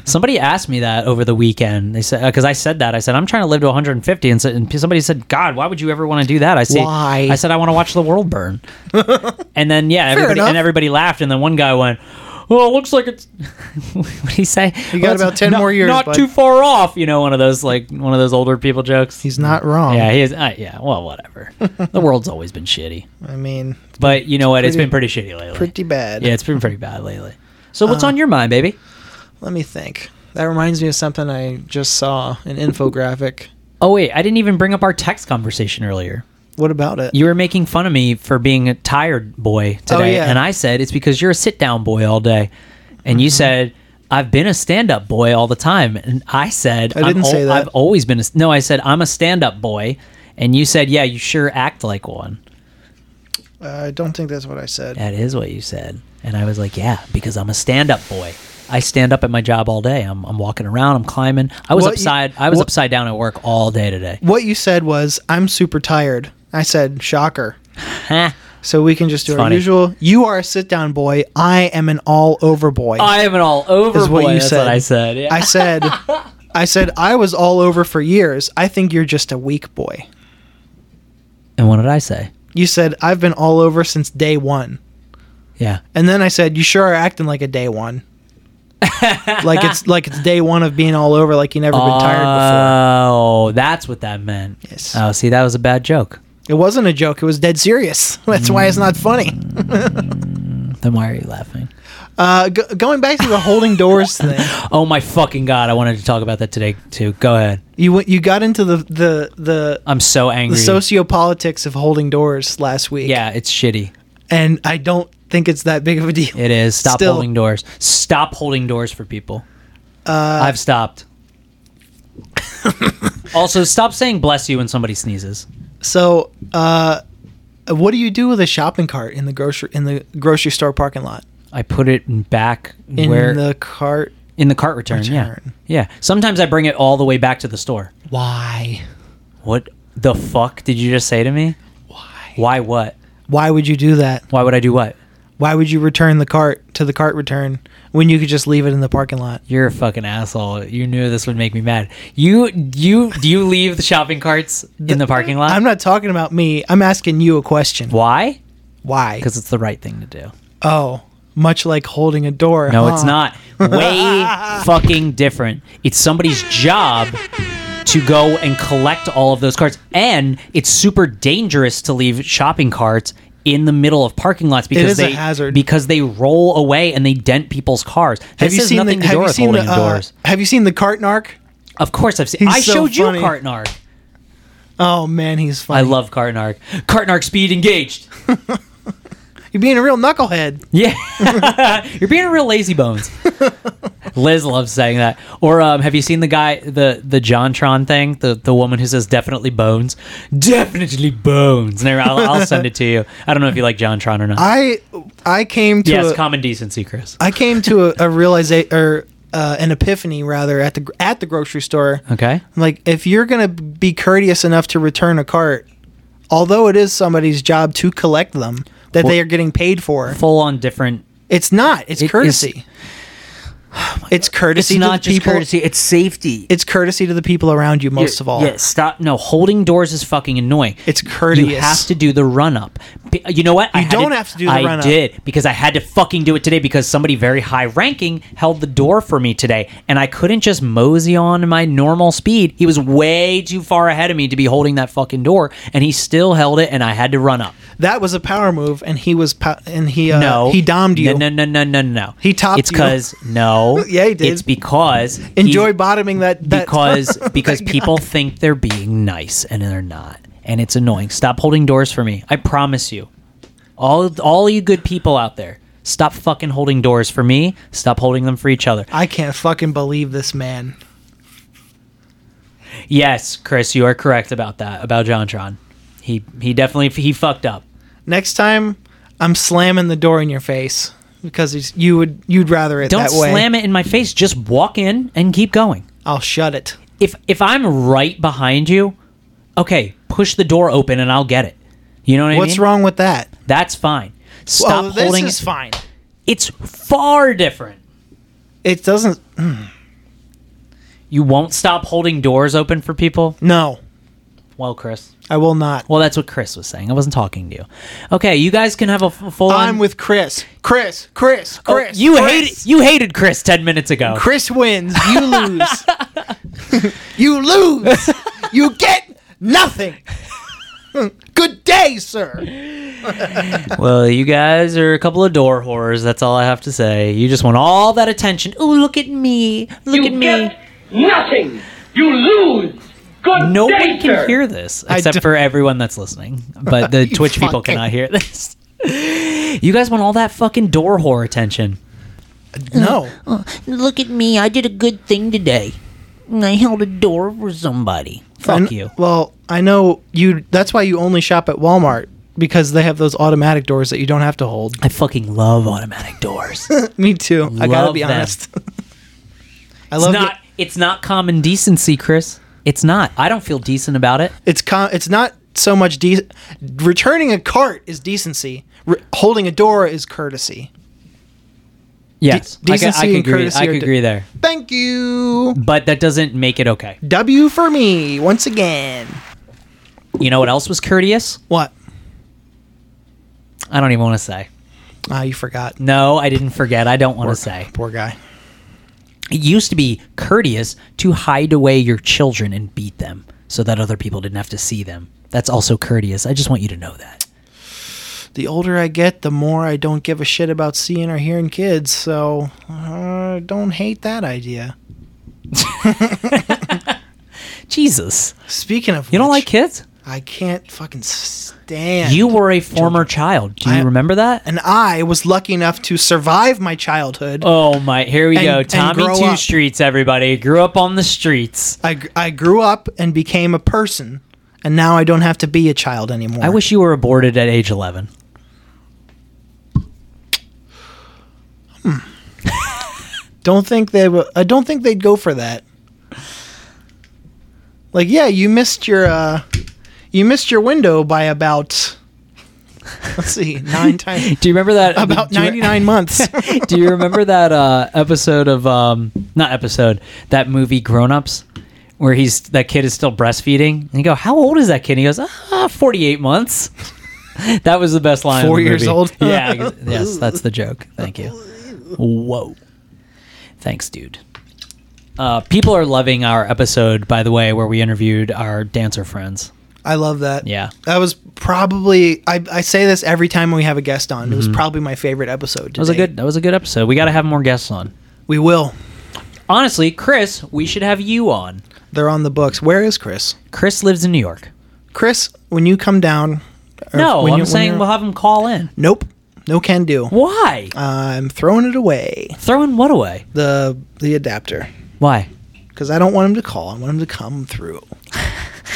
Speaker 1: somebody asked me that over the weekend. They said because I said that I said I'm trying to live to 150, and, so, and somebody said, "God, why would you ever want to do that?" I said,
Speaker 2: Why?
Speaker 1: I said I want to watch the world
Speaker 2: *laughs*
Speaker 1: burn. and then yeah, everybody
Speaker 2: enough.
Speaker 1: and everybody laughed, and then one guy went. Well, it looks like it's. *laughs* what did he say? You
Speaker 2: got about 10 more years,
Speaker 1: Not
Speaker 2: bud."
Speaker 1: too far off, you know. One of those like one of those older people jokes.
Speaker 2: He's not wrong.
Speaker 1: yeah, he is. Uh, yeah, well, whatever. the world's always been shitty,
Speaker 2: I mean,
Speaker 1: but you know what? it's
Speaker 2: pretty-
Speaker 1: been pretty shitty lately.
Speaker 2: pretty bad. Uh,
Speaker 1: Yeah, it's been pretty bad lately. So what's on your mind, baby?
Speaker 2: Let me think. That reminds me of something I just saw an infographic.
Speaker 1: Oh wait, I didn't even bring up our text conversation earlier.
Speaker 2: What about it?
Speaker 1: You were making fun of me for being a tired boy today,
Speaker 2: Oh, yeah.
Speaker 1: and I said it's because you're a sit down boy all day, and
Speaker 2: Mm-hmm.
Speaker 1: you said I've been a stand up boy all the time, and I said
Speaker 2: I didn't
Speaker 1: am
Speaker 2: say that.
Speaker 1: I've always been a no. I said I'm a stand up boy, and you said yeah, you sure act like one.
Speaker 2: Uh, I don't think that's what I said.
Speaker 1: That is what you said, and I was like yeah, because I'm a stand up boy. I stand up at my job all day. I'm, I'm walking around. I'm climbing. I was
Speaker 2: What you-
Speaker 1: upside. I was
Speaker 2: what-
Speaker 1: upside down at work all day
Speaker 2: *laughs*
Speaker 1: today.
Speaker 2: What you said was, I'm super tired. I said, shocker. So we can just do
Speaker 1: It's
Speaker 2: our
Speaker 1: funny.
Speaker 2: usual. You are a sit down boy. I am an all over boy.
Speaker 1: I am an all over
Speaker 2: Is what
Speaker 1: boy.
Speaker 2: you
Speaker 1: That's
Speaker 2: said.
Speaker 1: what I said. Yeah.
Speaker 2: I said, I said, I was all over for years. I think you're just a weak boy.
Speaker 1: and what did I say?
Speaker 2: You said, I've been all over since day one.
Speaker 1: Yeah.
Speaker 2: And then I said, "You sure are acting like a day one, like it's like it's day one of being all over, like you never been
Speaker 1: Uh,
Speaker 2: tired
Speaker 1: Oh, that's what that meant.
Speaker 2: Yes.
Speaker 1: Oh, see, that was a bad joke.
Speaker 2: before." It wasn't a joke; it was dead serious. *laughs* That's why it's not funny.
Speaker 1: Then why are you laughing?
Speaker 2: Uh, go going back to the holding doors thing,
Speaker 1: Oh my fucking god! I wanted to talk about that today too. Go ahead.
Speaker 2: you went, you got into the the the,
Speaker 1: I'm so
Speaker 2: the
Speaker 1: angry.
Speaker 2: sociopolitics of holding doors last week.
Speaker 1: yeah, it's shitty.
Speaker 2: and I don't think it's that big of a deal.
Speaker 1: It is. Stop
Speaker 2: Still-
Speaker 1: holding doors. Stop holding doors for people.
Speaker 2: Uh,
Speaker 1: I've
Speaker 2: *laughs*
Speaker 1: stopped. also, stop saying "bless you" when somebody sneezes.
Speaker 2: So, uh, what do you do with a shopping cart in the grocery in the grocery store parking lot?
Speaker 1: I put it in back
Speaker 2: In
Speaker 1: where
Speaker 2: the cart?
Speaker 1: in the cart return.
Speaker 2: Return.
Speaker 1: Yeah, yeah. Sometimes I bring it all the way back to the store.
Speaker 2: Why?
Speaker 1: What the fuck did you just say to me? Why? Why what?
Speaker 2: Why would you do that?
Speaker 1: Why would I do what?
Speaker 2: Why would you return the cart to the cart return when you could just leave it in the parking lot?
Speaker 1: You're a fucking asshole. You knew this would make me mad. You you do you leave the shopping
Speaker 2: *laughs*
Speaker 1: carts in the parking lot?
Speaker 2: I'm not talking about me. I'm asking you a question.
Speaker 1: Why?
Speaker 2: Why?
Speaker 1: Because it's the right thing to do.
Speaker 2: Oh, much like holding a door.
Speaker 1: No,
Speaker 2: huh?
Speaker 1: it's not. Way
Speaker 2: *laughs*
Speaker 1: fucking different. It's somebody's job to go and collect all of those carts. And it's super dangerous to leave shopping carts in the middle of parking lots because
Speaker 2: is a
Speaker 1: they
Speaker 2: hazard.
Speaker 1: because they roll away and they dent people's cars. This
Speaker 2: Have you
Speaker 1: has
Speaker 2: seen the
Speaker 1: nothing to do
Speaker 2: Have you
Speaker 1: with
Speaker 2: seen the
Speaker 1: holding
Speaker 2: uh,
Speaker 1: doors.
Speaker 2: Have you seen the Cartnark?
Speaker 1: Of course, I've seen.
Speaker 2: he's
Speaker 1: I
Speaker 2: so
Speaker 1: showed
Speaker 2: funny.
Speaker 1: you Cartnark.
Speaker 2: Oh man, he's funny.
Speaker 1: I love Cartnark. Cartnark speed engaged.
Speaker 2: you being a real knucklehead.
Speaker 1: Yeah, *laughs* you're being a real lazy *laughs* bones. Liz loves saying that. Or um, have you seen the guy the the JonTron thing? The the woman who says definitely bones, definitely bones. And I'll, I'll send it to you. I don't know if you like JonTron or not.
Speaker 2: I I came to
Speaker 1: yes,
Speaker 2: a-
Speaker 1: common decency, Chris.
Speaker 2: I came to a, a realization or uh, an epiphany rather at the gr- at the grocery store.
Speaker 1: Okay.
Speaker 2: I'm like if you're gonna be courteous enough to return a cart, although it is somebody's job to collect them that they are getting paid for,
Speaker 1: Full on different.
Speaker 2: it's not. It's
Speaker 1: It is- *sighs*
Speaker 2: courtesy. it's
Speaker 1: It's
Speaker 2: courtesy. to
Speaker 1: not
Speaker 2: the
Speaker 1: just
Speaker 2: people.
Speaker 1: courtesy. It's safety.
Speaker 2: It's courtesy to the people around you most
Speaker 1: Yeah,
Speaker 2: of all.
Speaker 1: Yeah, stop. No, holding doors is fucking annoying.
Speaker 2: It's courteous.
Speaker 1: You have to do the run up. You know what? I
Speaker 2: You
Speaker 1: had
Speaker 2: don't have to do the
Speaker 1: I
Speaker 2: run-up.
Speaker 1: did because I had to fucking do it today because somebody very high ranking held the door for me today, and I couldn't just mosey on in my normal speed. He was way too far ahead of me to be holding that fucking door, and he still held it, and I had to run up.
Speaker 2: That was a power move, and he was po- and he uh,
Speaker 1: no,
Speaker 2: he dommed you.
Speaker 1: No, no, no, no, no, no.
Speaker 2: He topped
Speaker 1: It's
Speaker 2: you.
Speaker 1: because no.
Speaker 2: *laughs* Yeah, he did.
Speaker 1: It's because he-
Speaker 2: Enjoy bottoming that, that *laughs*
Speaker 1: because because
Speaker 2: that guy.
Speaker 1: people think they're being nice and they're not, and it's annoying. Stop holding doors for me. I promise you, all all you good people out there, stop fucking holding doors for me. Stop holding them for each other.
Speaker 2: I can't fucking believe this man.
Speaker 1: Yes, Chris, you are correct about that about JonTron. He he definitely he fucked up.
Speaker 2: Next time, I'm slamming the door in your face because it's, you would you'd rather it
Speaker 1: Don't
Speaker 2: that way.
Speaker 1: slam it in my face. Just walk in and keep going.
Speaker 2: I'll shut it.
Speaker 1: if if I'm right behind you, okay, push the door open and I'll get it. You know what I
Speaker 2: What's
Speaker 1: mean?
Speaker 2: wrong with that?
Speaker 1: That's fine. Stop
Speaker 2: oh, this
Speaker 1: holding.
Speaker 2: is fine.
Speaker 1: It's far different.
Speaker 2: It doesn't.
Speaker 1: You won't stop holding doors open for people.
Speaker 2: No,
Speaker 1: Well, Chris.
Speaker 2: I will not.
Speaker 1: Well, that's what Chris was saying. I wasn't talking to you. Okay, you guys can have a f- full.
Speaker 2: I'm with Chris. Chris. Chris.
Speaker 1: Oh,
Speaker 2: Chris.
Speaker 1: you
Speaker 2: Chris.
Speaker 1: hated you hated Chris ten minutes ago.
Speaker 2: Chris wins.
Speaker 1: *laughs*
Speaker 2: You lose. you lose. You get
Speaker 1: *laughs*
Speaker 2: nothing. Good day, sir.
Speaker 1: Well, you guys are a couple of door whores. That's all I have to say. You just want all that attention. Oh, look at me. Look at me.
Speaker 6: nothing. You lose. Good
Speaker 1: No
Speaker 6: day,
Speaker 1: one
Speaker 6: sir.
Speaker 1: can hear this except
Speaker 2: don't-
Speaker 1: for everyone that's listening. But the
Speaker 2: *laughs* You
Speaker 1: Twitch people
Speaker 2: fucking-
Speaker 1: cannot hear this. *laughs* You guys want all that fucking door whore attention.
Speaker 2: No.
Speaker 1: Look at me. I did a good thing today. I held a door for somebody. *laughs*
Speaker 2: I
Speaker 1: Fuck
Speaker 2: kn-
Speaker 1: you.
Speaker 2: Well, I know you. That's why you only shop at Walmart because they have those automatic doors that you don't have to hold. *laughs*
Speaker 1: I fucking love automatic doors.
Speaker 2: Me too. I gotta
Speaker 1: Love
Speaker 2: be
Speaker 1: them.
Speaker 2: honest. *laughs* I
Speaker 1: it's
Speaker 2: love
Speaker 1: not
Speaker 2: it.
Speaker 1: it's not common decency, Chris. It's not. I don't feel decent about it.
Speaker 2: It's con- It's not so much de- returning a cart is decency. Re- holding a door is courtesy.
Speaker 1: Yes. I can-
Speaker 2: decency
Speaker 1: I, can
Speaker 2: and
Speaker 1: agree.
Speaker 2: courtesy
Speaker 1: I
Speaker 2: are
Speaker 1: can
Speaker 2: di-
Speaker 1: agree there.
Speaker 2: Thank you.
Speaker 1: But that doesn't make it okay.
Speaker 2: W for me once again.
Speaker 1: You know what else was courteous?
Speaker 2: What?
Speaker 1: I don't even want to say.
Speaker 2: Ah, you forgot.
Speaker 1: No, I didn't forget. I don't want to say.
Speaker 2: Poor guy.
Speaker 1: It used to be courteous to hide away your children and beat them so that other people didn't have to see them. That's also courteous. I just want you to know that.
Speaker 2: The older I get, the more I don't give a shit about seeing or hearing kids. So uh, don't hate that idea.
Speaker 1: Jesus.
Speaker 2: Speaking of,
Speaker 1: You don't
Speaker 2: which,
Speaker 1: like kids?
Speaker 2: I can't fucking stand
Speaker 1: You were a former child. Do you
Speaker 2: I-
Speaker 1: remember that?
Speaker 2: and I was lucky enough to survive my childhood.
Speaker 1: Oh my, here we
Speaker 2: And-
Speaker 1: go.
Speaker 2: and
Speaker 1: Tommy
Speaker 2: grow
Speaker 1: Two
Speaker 2: up.
Speaker 1: Streets, everybody. Grew up on the streets.
Speaker 2: I, gr- I grew up and became a person, and now I don't have to be a child anymore.
Speaker 1: I wish you were aborted at age 11.
Speaker 2: don't think they would. I don't think they'd go for that. Like, yeah, you missed your uh, you missed your window by about let's
Speaker 1: *laughs*
Speaker 2: see, nine times
Speaker 1: Do you remember that?
Speaker 2: about
Speaker 1: do you-
Speaker 2: ninety nine months.
Speaker 1: Do you remember that uh, episode of um, not episode that movie Grown Ups, where he's that kid is still breastfeeding, and you go, "How old is that kid?" And he goes, "Ah, forty-eight months." *laughs* that was the best line. in
Speaker 2: Four
Speaker 1: the
Speaker 2: years
Speaker 1: movie.
Speaker 2: old?
Speaker 1: yeah. ex- Yes, that's the joke. Thank you. Whoa. Thanks, dude. Uh, people are loving our episode, by the way, where we interviewed our dancer friends.
Speaker 2: *laughs* I love that.
Speaker 1: Yeah.
Speaker 2: That was probably I, I say this every time we have a guest on. It was probably my favorite
Speaker 1: That
Speaker 2: episode.
Speaker 1: Mm-hmm. was a good. That was a good episode. We got to have more guests on.
Speaker 2: We will.
Speaker 1: Honestly, Chris, we should have you on.
Speaker 2: They're on the books. Where is Chris?
Speaker 1: Chris lives in New York.
Speaker 2: Chris, when you come down. or
Speaker 1: No,
Speaker 2: when
Speaker 1: I'm
Speaker 2: you- when
Speaker 1: saying
Speaker 2: you're-
Speaker 1: we'll have him call in.
Speaker 2: nope. No can do.
Speaker 1: Why?
Speaker 2: I'm throwing it away.
Speaker 1: Throwing what away?
Speaker 2: The the adapter
Speaker 1: Why?
Speaker 2: because I don't want him to call. I want him to
Speaker 1: *laughs*
Speaker 2: come through. I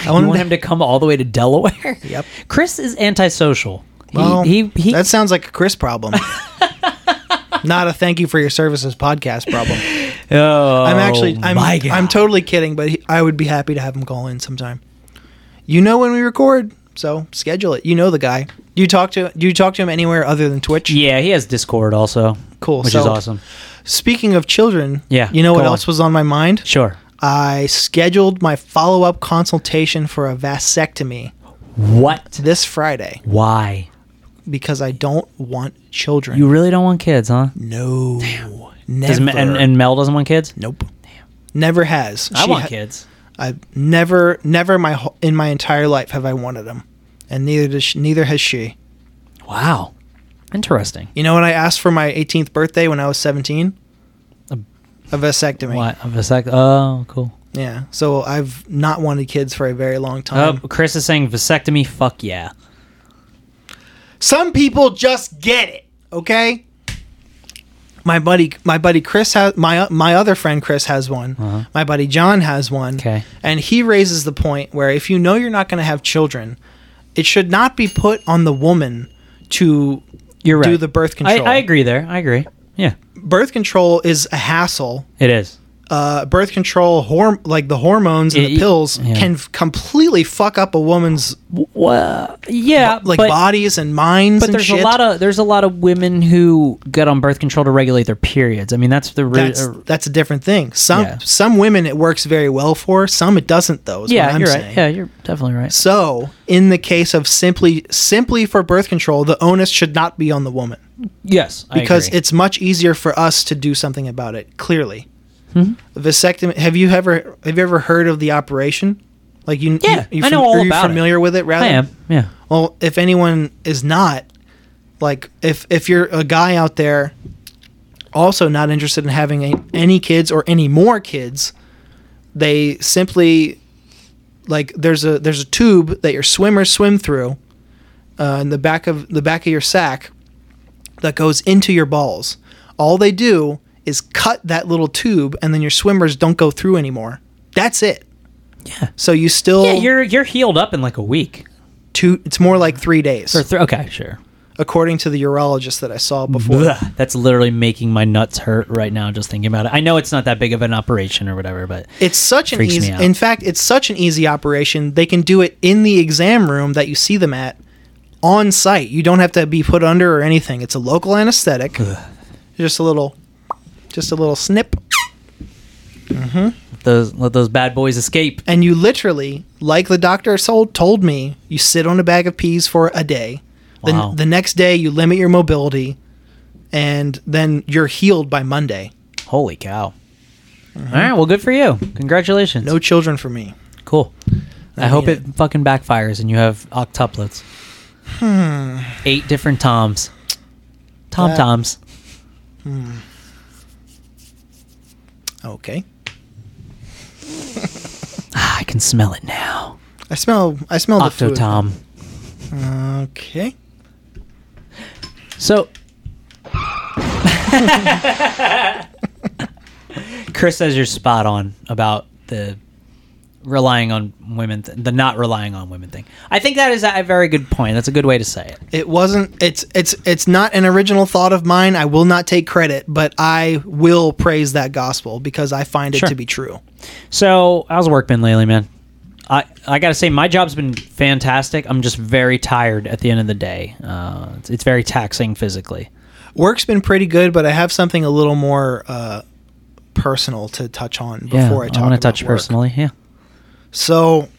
Speaker 1: You want him to come all the way to Delaware?
Speaker 2: *laughs* Yep.
Speaker 1: Chris is antisocial. He,
Speaker 2: Well,
Speaker 1: he, he,
Speaker 2: that sounds like a
Speaker 1: *laughs*
Speaker 2: Chris problem. Not a thank you for your services podcast problem.
Speaker 1: oh,
Speaker 2: I'm actually I'm
Speaker 1: my God.
Speaker 2: I'm totally kidding, but he, I would be happy to have him call in sometime. You know when we record, so schedule it. You know the guy. Do you talk to do you talk to him anywhere other than Twitch?
Speaker 1: Yeah, he has Discord also.
Speaker 2: Cool,
Speaker 1: Which is
Speaker 2: so-
Speaker 1: awesome.
Speaker 2: Speaking of children,
Speaker 1: Yeah,
Speaker 2: You know
Speaker 1: go
Speaker 2: what
Speaker 1: on.
Speaker 2: else was on my mind?
Speaker 1: Sure.
Speaker 2: I scheduled my follow up consultation for a vasectomy
Speaker 1: What?
Speaker 2: this Friday
Speaker 1: Why?
Speaker 2: because I don't want children.
Speaker 1: You really don't want kids, huh?
Speaker 2: no, never.
Speaker 1: Does, Ma- and, and Mel doesn't want kids?
Speaker 2: nope. Never has.
Speaker 1: I
Speaker 2: She
Speaker 1: want
Speaker 2: ha-
Speaker 1: kids.
Speaker 2: I've never, never my wh- in my entire life have I wanted them, and neither does she, neither has she.
Speaker 1: Wow. Interesting.
Speaker 2: You know when I asked for my 18th birthday when I was 17, a vasectomy.
Speaker 1: What? Of a sec- oh, cool.
Speaker 2: Yeah, so I've not wanted kids for a very long
Speaker 1: Oh,
Speaker 2: time.
Speaker 1: Chris is saying vasectomy. Fuck yeah.
Speaker 2: Some people just get it, okay? My buddy, my buddy Chris has my my other friend Chris has one. My buddy John has one.
Speaker 1: Uh-huh. Okay.
Speaker 2: and he raises the point where if you know you're not going to have children, it should not be put on the woman to
Speaker 1: You're right.
Speaker 2: do the birth
Speaker 1: I,
Speaker 2: control.
Speaker 1: I agree there. I agree. Yeah,
Speaker 2: Birth control is a hassle.
Speaker 1: it is.
Speaker 2: Uh, birth control, horm- like the hormones and
Speaker 1: It-
Speaker 2: the pills,
Speaker 1: yeah.
Speaker 2: can f- completely fuck up a woman's
Speaker 1: Well, yeah,
Speaker 2: like
Speaker 1: but,
Speaker 2: bodies and minds.
Speaker 1: but
Speaker 2: and
Speaker 1: there's
Speaker 2: shit.
Speaker 1: a lot of there's a lot of women who get on birth control to regulate their periods. I mean, that's the re-
Speaker 2: that's that's a different thing. Some
Speaker 1: Yeah.
Speaker 2: some women it works very well for, some it doesn't though. is what
Speaker 1: yeah.
Speaker 2: I'm
Speaker 1: You're right.
Speaker 2: saying.
Speaker 1: Yeah, you're definitely right.
Speaker 2: So, in the case of simply simply for birth control, the onus should not be on the woman
Speaker 1: Yes,
Speaker 2: because it's much easier for us to do something about it. Clearly,
Speaker 1: Mm-hmm.
Speaker 2: vasectomy. Have you ever have you ever heard of the operation? Like you,
Speaker 1: Yeah,
Speaker 2: you, you
Speaker 1: I know
Speaker 2: fam-
Speaker 1: all
Speaker 2: are you
Speaker 1: about it.
Speaker 2: familiar with it? Rather,
Speaker 1: I am. Yeah,
Speaker 2: Well, if anyone is not, like if if you're a guy out there also not interested in having a, any kids or any more kids, they simply like there's a there's a tube that your swimmers swim through uh, in the back of the back of your sack that goes into your balls. All they do is cut that little tube, and then your swimmers don't go through anymore. That's it. Yeah. So you still
Speaker 1: yeah. You're you're healed up in like a week.
Speaker 2: two. It's more like three days
Speaker 1: Or th- okay, sure.
Speaker 2: according to the urologist that I saw before.
Speaker 1: Blech. That's literally making my nuts hurt right now just thinking about it. I know it's not that big of an operation or whatever, but
Speaker 2: It's such an
Speaker 1: Freaks me
Speaker 2: easy.
Speaker 1: out.
Speaker 2: In fact, it's such an easy operation. They can do it in the exam room that you see them at, on site. You don't have to be put under or anything. It's a local anesthetic. Just a little, just a little snip,
Speaker 1: those let those bad boys escape.
Speaker 2: and you literally, like the doctor sold, told me, you sit on a bag of peas for a day. Then
Speaker 1: Wow.
Speaker 2: the next day, you limit your mobility, and then you're healed by Monday.
Speaker 1: Holy cow!
Speaker 2: Mm-hmm.
Speaker 1: All right, well, good for you. Congratulations.
Speaker 2: No children for me.
Speaker 1: Cool. I, hope
Speaker 2: mean
Speaker 1: it, fucking backfires and you have octuplets. Hmm. Eight different toms. Tom
Speaker 2: That-
Speaker 1: toms.
Speaker 2: Okay.
Speaker 1: Ah, I can smell it now.
Speaker 2: I smell. I smell the food.
Speaker 1: Octotom.
Speaker 2: Okay.
Speaker 1: So. *laughs* Chris says you're spot on about the relying on women, th- the not relying on women thing. I think that is a very good point. That's a good way to say it.
Speaker 2: It wasn't. It's it's it's not an original thought of mine. I will not take credit, but I will praise that gospel because I find it
Speaker 1: Sure.
Speaker 2: to be true.
Speaker 1: So how's work been lately, man? I I gotta say my job's been fantastic. I'm just very tired at the end of the day. Uh, it's, it's very taxing physically.
Speaker 2: Work's been pretty good, but I have something a little more uh, personal to touch on before I talk.
Speaker 1: want to
Speaker 2: about
Speaker 1: touch
Speaker 2: work.
Speaker 1: personally. Yeah,
Speaker 2: So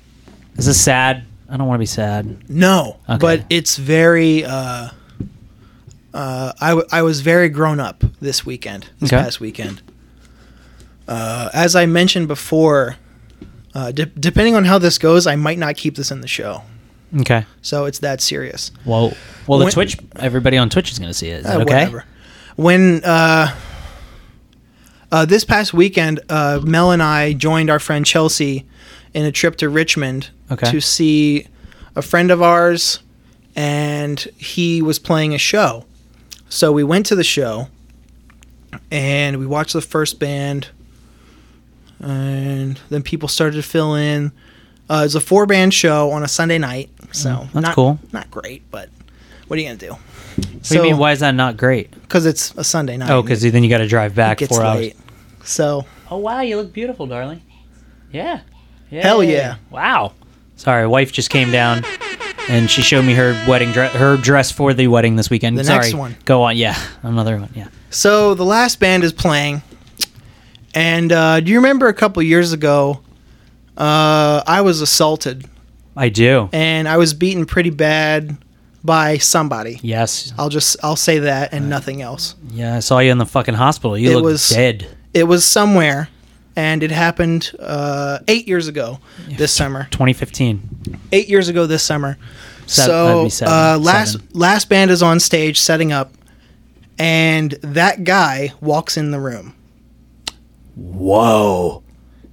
Speaker 1: this is sad. I don't want to be sad.
Speaker 2: no,
Speaker 1: Okay.
Speaker 2: but it's very. Uh, uh, I, w- I was very grown up this weekend, this
Speaker 1: Okay.
Speaker 2: past weekend. Uh, as I mentioned before, Uh, de- depending on how this goes, I might not keep this in the show.
Speaker 1: Okay.
Speaker 2: So it's that serious.
Speaker 1: Whoa. Well, the
Speaker 2: When-
Speaker 1: Twitch, everybody on Twitch is going to see it. Is
Speaker 2: Uh,
Speaker 1: that okay?
Speaker 2: Whatever. When uh, uh, this past weekend, uh, Mel and I joined our friend Chelsea in a trip to Richmond
Speaker 1: Okay.
Speaker 2: to see a friend of ours, and he was playing a show. So we went to the show, and we watched the first band, and then people started to fill in. Uh, it was a four band show on a Sunday night, so
Speaker 1: Mm, that's
Speaker 2: not,
Speaker 1: cool.
Speaker 2: Not great, but what are you gonna do?
Speaker 1: What do you mean? Why is that not great?
Speaker 2: because it's a Sunday night.
Speaker 1: Oh, because then you got to drive back
Speaker 2: it gets
Speaker 1: four
Speaker 2: late. So
Speaker 1: hours. Oh wow, you look beautiful, darling. Yeah.
Speaker 2: Hell yeah.
Speaker 1: Wow. Sorry, wife just came down, and she showed me her wedding dress, her dress for the wedding this weekend.
Speaker 2: The
Speaker 1: Sorry.
Speaker 2: next one.
Speaker 1: Go on. Yeah, another one. Yeah.
Speaker 2: so the last band is playing, and uh, do you remember a couple years ago? Uh, I was assaulted
Speaker 1: I do.
Speaker 2: and I was beaten pretty bad by somebody.
Speaker 1: Yes.
Speaker 2: I'll just I'll say that and nothing else.
Speaker 1: Yeah. I saw you in the fucking hospital. You
Speaker 2: It
Speaker 1: look
Speaker 2: was-
Speaker 1: dead.
Speaker 2: It was somewhere, and it happened uh, eight years ago this summer.
Speaker 1: 2015.
Speaker 2: eight years ago this summer.
Speaker 1: Sev- that'd
Speaker 2: so
Speaker 1: be seven.
Speaker 2: uh, last
Speaker 1: Seven.
Speaker 2: last band is on stage setting up, and that guy walks in the room.
Speaker 1: Whoa.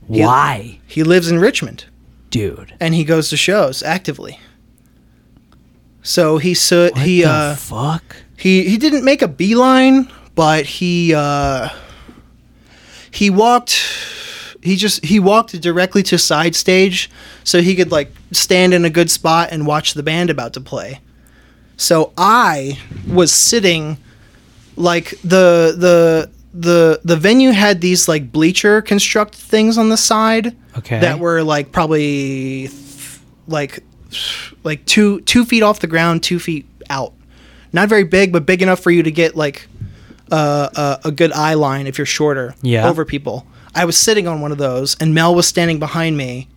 Speaker 1: Why,
Speaker 2: He lives in Richmond,
Speaker 1: dude?
Speaker 2: and he goes to shows actively. So he so
Speaker 1: What
Speaker 2: he
Speaker 1: the
Speaker 2: uh,
Speaker 1: fuck?
Speaker 2: he he didn't make a beeline, but he uh, he walked. He just he walked directly to side stage, so he could like stand in a good spot and watch the band about to play. So I was sitting, like the the the the venue had these like bleacher construct things on the side
Speaker 1: Okay.
Speaker 2: that were like probably th- like like two two feet off the ground, two feet out. Not very big, but big enough for you to get like uh, uh, a good eye line if you're shorter
Speaker 1: Yeah.
Speaker 2: over people. I was sitting on one of those, and Mel was standing behind me,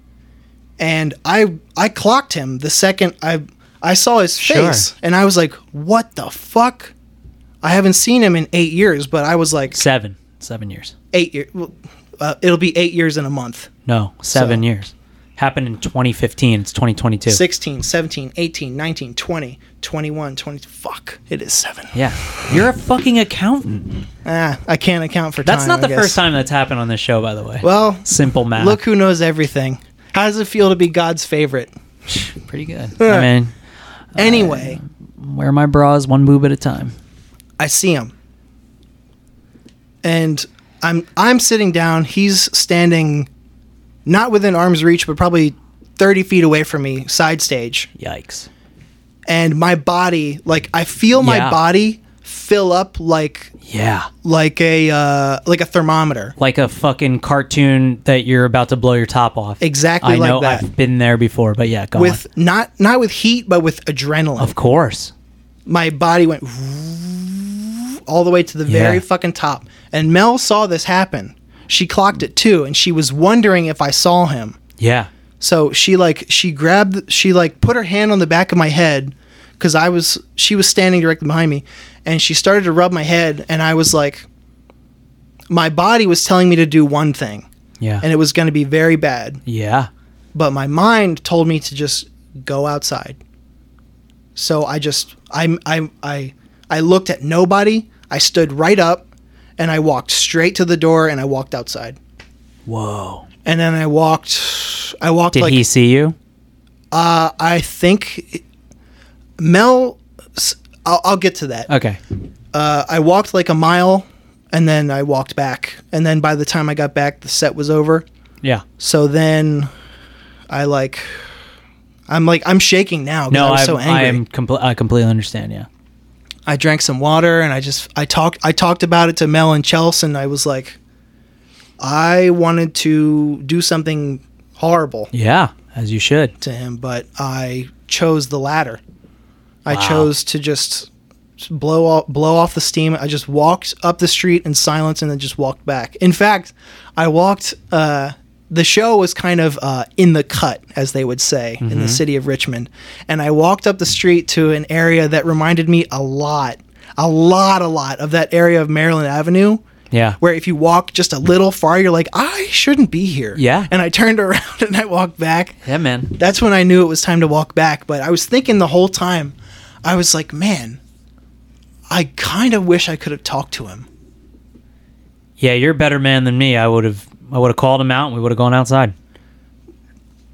Speaker 2: and I I clocked him the second I I saw his
Speaker 1: Sure.
Speaker 2: face, and I was like, "What the fuck." I haven't seen him in eight years, but I was like
Speaker 1: seven. Seven years.
Speaker 2: eight years. Uh, it'll be eight years in a month.
Speaker 1: No, seven
Speaker 2: So-
Speaker 1: years. Happened in 2015. It's 2022.
Speaker 2: 16, 17, 18, 19, 20, 21, 20. Fuck, it is seven.
Speaker 1: Yeah, you're a fucking accountant.
Speaker 2: Ah, I can't account for time.
Speaker 1: That's not
Speaker 2: I
Speaker 1: the
Speaker 2: guess.
Speaker 1: first time Ah. that's happened on this show, by the way.
Speaker 2: Well,
Speaker 1: simple math.
Speaker 2: look who knows everything. How does it feel to be God's favorite?
Speaker 1: pretty good. I mean,
Speaker 2: Anyway,
Speaker 1: wear my bras one boob at a time.
Speaker 2: I see him. And I'm I'm sitting down, he's standing not within arm's reach, but probably 30 feet away from me, side stage.
Speaker 1: Yikes.
Speaker 2: And my body, like I feel my
Speaker 1: Yeah.
Speaker 2: body fill up like
Speaker 1: Yeah,
Speaker 2: like a uh, like a thermometer.
Speaker 1: like a fucking cartoon that you're about to blow your top off.
Speaker 2: Exactly
Speaker 1: I
Speaker 2: like
Speaker 1: know.
Speaker 2: that.
Speaker 1: I've been there before, but yeah, go
Speaker 2: With
Speaker 1: on.
Speaker 2: not not with heat, but with adrenaline.
Speaker 1: Of course.
Speaker 2: my body went all the way to the very
Speaker 1: Yeah.
Speaker 2: fucking top. And Mel saw this happen. She clocked it too, and she was wondering if I saw him.
Speaker 1: Yeah.
Speaker 2: So she like she grabbed she like put her hand on the back of my head because I was she was standing directly behind me, and she started to rub my head, and I was like, my body was telling me to do one thing,
Speaker 1: Yeah.
Speaker 2: and it was going to be very bad
Speaker 1: yeah.
Speaker 2: but my mind told me to just go outside. So I just I I I I looked at nobody. I stood right up and I walked straight to the door and I walked outside.
Speaker 1: Whoa.
Speaker 2: And then I walked I walked
Speaker 1: Did
Speaker 2: like
Speaker 1: he see you?
Speaker 2: I think Mel s- I'll, I'll get to that.
Speaker 1: Okay.
Speaker 2: Uh, I walked like a mile and then I walked back. And then by the time I got back the set was over.
Speaker 1: Yeah.
Speaker 2: So then I like I'm like I'm shaking now
Speaker 1: No,
Speaker 2: because I
Speaker 1: I'm,
Speaker 2: was so angry.
Speaker 1: I am compl- I completely understand. Yeah.
Speaker 2: I drank some water and I just I talked I talked about it to Mel and Chelsea and I was like I wanted to do something horrible
Speaker 1: Yeah. As you should.
Speaker 2: to him, but I chose the latter. I
Speaker 1: Wow.
Speaker 2: chose to just blow off, blow off the steam. I just walked up the street in silence and then just walked back. In fact, I walked. Uh, the show was kind of uh, in the cut, as they would say, in
Speaker 1: Mm-hmm.
Speaker 2: the city of Richmond, and I walked up the street to an area that reminded me a lot, a lot, a lot of that area of Maryland Avenue
Speaker 1: Yeah.
Speaker 2: Where if you walk just a little far, you're like, I shouldn't be here.
Speaker 1: Yeah.
Speaker 2: And I turned *laughs* around and I walked back.
Speaker 1: Yeah, man.
Speaker 2: That's when I knew it was time to walk back. But I was thinking the whole time, I was like, man, I kind of wish I could have talked to him.
Speaker 1: Yeah, you're a better man than me. I would have I would have called him out and we would have gone outside.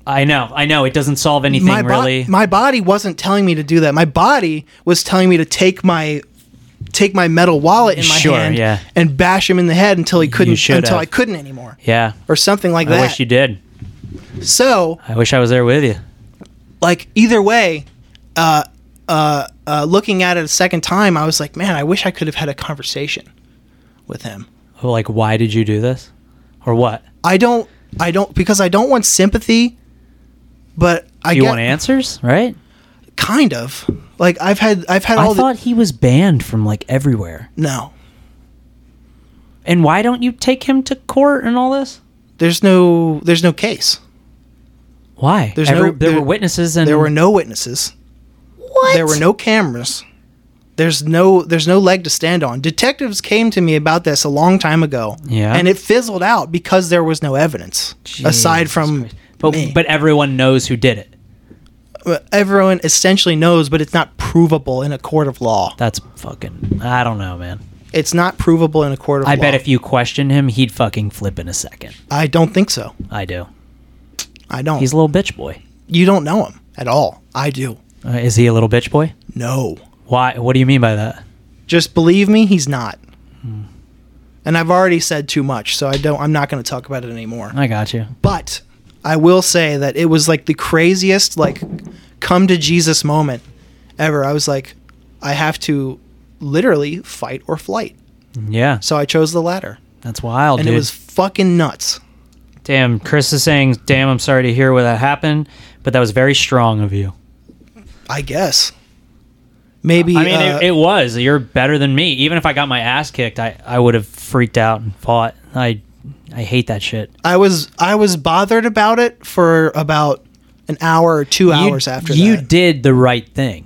Speaker 1: I know. I know it doesn't solve anything
Speaker 2: my bo-
Speaker 1: really.
Speaker 2: my body wasn't telling me to do that. My body was telling me to take my take my metal wallet in my
Speaker 1: Sure,
Speaker 2: hand
Speaker 1: yeah.
Speaker 2: and bash him in the head until he couldn't
Speaker 1: should
Speaker 2: until
Speaker 1: have.
Speaker 2: I couldn't anymore
Speaker 1: yeah.
Speaker 2: or something like
Speaker 1: I
Speaker 2: that.
Speaker 1: wish you did.
Speaker 2: so,
Speaker 1: I wish I was there with you.
Speaker 2: like either way, uh, uh, uh, looking at it a second time, I was like, man, I wish I could have had a conversation with him.
Speaker 1: Oh, Like why did you do this? Or what?
Speaker 2: I don't I don't because I don't want sympathy, but I
Speaker 1: You
Speaker 2: get
Speaker 1: want answers, right?
Speaker 2: kind of like I've had I've had all
Speaker 1: I thought he was banned from like everywhere.
Speaker 2: the no.
Speaker 1: And why don't you take him to court and all this?
Speaker 2: There's no there's no case.
Speaker 1: Why?
Speaker 2: There's
Speaker 1: Every-
Speaker 2: no-
Speaker 1: there,
Speaker 2: there-
Speaker 1: were witnesses and
Speaker 2: There were no witnesses.
Speaker 1: what?
Speaker 2: There were no cameras. There's no there's no leg to stand on. Detectives came to me about this a long time ago.
Speaker 1: Yeah.
Speaker 2: And it fizzled out because there was no evidence aside
Speaker 1: Jesus
Speaker 2: from
Speaker 1: Christ. but
Speaker 2: me.
Speaker 1: but everyone knows who did it.
Speaker 2: But everyone essentially knows, but it's not provable in a court of law.
Speaker 1: That's fucking I don't know, man.
Speaker 2: It's not provable in a court of
Speaker 1: I
Speaker 2: law.
Speaker 1: bet if you questioned him, he'd fucking flip in a second.
Speaker 2: I don't think so.
Speaker 1: I do.
Speaker 2: I don't.
Speaker 1: He's a little bitch boy.
Speaker 2: you don't know him at all. I do.
Speaker 1: Uh, is he a little bitch boy?
Speaker 2: No.
Speaker 1: Why? What do you mean by that?
Speaker 2: Just believe me, he's not.
Speaker 1: Hmm.
Speaker 2: And I've already said too much, so I don't I'm not going to talk about it anymore.
Speaker 1: I got you.
Speaker 2: But I will say that it was like the craziest like come to Jesus moment ever. I was like I have to literally fight or flight.
Speaker 1: Yeah,
Speaker 2: So I chose the latter.
Speaker 1: that's wild,
Speaker 2: And
Speaker 1: dude.
Speaker 2: it was fucking nuts.
Speaker 1: damn, Chris is saying, "Damn, I'm sorry to hear what that happened, but that was very strong of you."
Speaker 2: I guess. Maybe
Speaker 1: I mean,
Speaker 2: uh,
Speaker 1: it, it was. You're better than me. Even if I got my ass kicked, I, I would have freaked out and fought. I I hate that shit.
Speaker 2: I was I was bothered about it for about an hour or 2 hours
Speaker 1: you,
Speaker 2: after
Speaker 1: you
Speaker 2: that.
Speaker 1: did the right thing.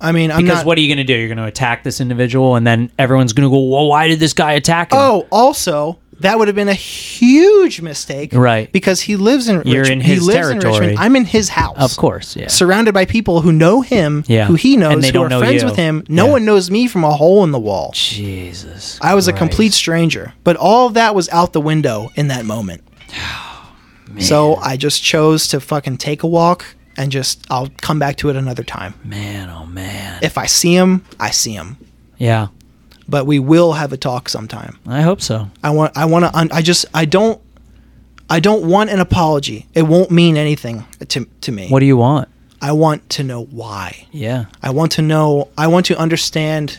Speaker 2: I mean, I'm
Speaker 1: Because
Speaker 2: not
Speaker 1: what are you going to do? You're going to attack this individual, and then everyone's going to go, "Well, why did this guy attack him?"
Speaker 2: Oh, also, that would have been a huge mistake.
Speaker 1: Right.
Speaker 2: Because he lives in
Speaker 1: You're
Speaker 2: Rich-
Speaker 1: in
Speaker 2: he
Speaker 1: his
Speaker 2: lives in
Speaker 1: territory.
Speaker 2: Richmond. I'm in his house.
Speaker 1: of course, yeah.
Speaker 2: Surrounded by people who know him,
Speaker 1: Yeah.
Speaker 2: who he knows,
Speaker 1: And they
Speaker 2: who
Speaker 1: don't
Speaker 2: are
Speaker 1: know
Speaker 2: friends
Speaker 1: you.
Speaker 2: with him. No
Speaker 1: Yeah.
Speaker 2: one knows me from a hole in the wall.
Speaker 1: Jesus,
Speaker 2: I was a complete
Speaker 1: Christ.
Speaker 2: stranger. But all of that was out the window in
Speaker 1: *sighs*
Speaker 2: that moment.
Speaker 1: Oh,
Speaker 2: So I just chose to fucking take a walk and just I'll come back to it another time.
Speaker 1: man. Oh man,
Speaker 2: If I see him, I see him.
Speaker 1: yeah.
Speaker 2: But we will have a talk sometime.
Speaker 1: I hope so.
Speaker 2: I want I want to un- I just I don't I don't want an apology. It won't mean anything to to me.
Speaker 1: What do you want?
Speaker 2: I want to know why.
Speaker 1: Yeah.
Speaker 2: I want to know I want to understand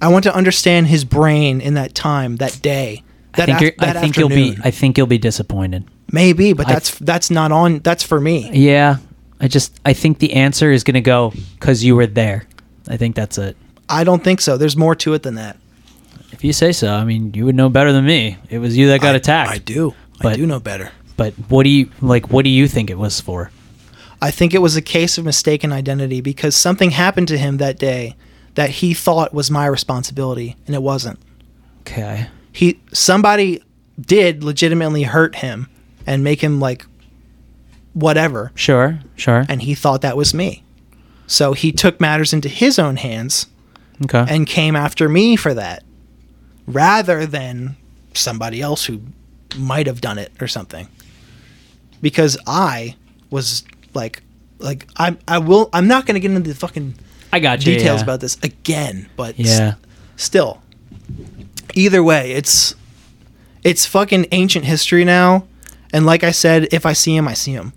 Speaker 2: I want to understand his brain in that time, that day. That
Speaker 1: I think,
Speaker 2: af-
Speaker 1: you're, I
Speaker 2: that
Speaker 1: think you'll be.
Speaker 2: afternoon.
Speaker 1: I think you'll be disappointed.
Speaker 2: maybe, but
Speaker 1: I-
Speaker 2: that's that's not on that's for me.
Speaker 1: Yeah. I just. I think the answer is going to go because you were there. I think that's it.
Speaker 2: I don't think so. There's more to it than that.
Speaker 1: If you say so, I mean, you would know better than me. It was you that got
Speaker 2: I-
Speaker 1: attacked.
Speaker 2: I do. I
Speaker 1: But-
Speaker 2: do know better.
Speaker 1: But what do you like? What do you think it was for?
Speaker 2: I think it was a case of mistaken identity because something happened to him that day that he thought was my responsibility and it wasn't.
Speaker 1: Okay.
Speaker 2: he somebody did legitimately hurt him and make him like whatever
Speaker 1: Sure. Sure.
Speaker 2: and he thought that was me so he took matters into his own hands
Speaker 1: okay.
Speaker 2: and came after me for that rather than somebody else who might have done it or something because i was like like i i will i'm not going to get into the fucking
Speaker 1: I got you.
Speaker 2: details
Speaker 1: yeah.
Speaker 2: about this again but s-
Speaker 1: Yeah.
Speaker 2: still either way it's it's fucking ancient history now and like i said if i see him i see him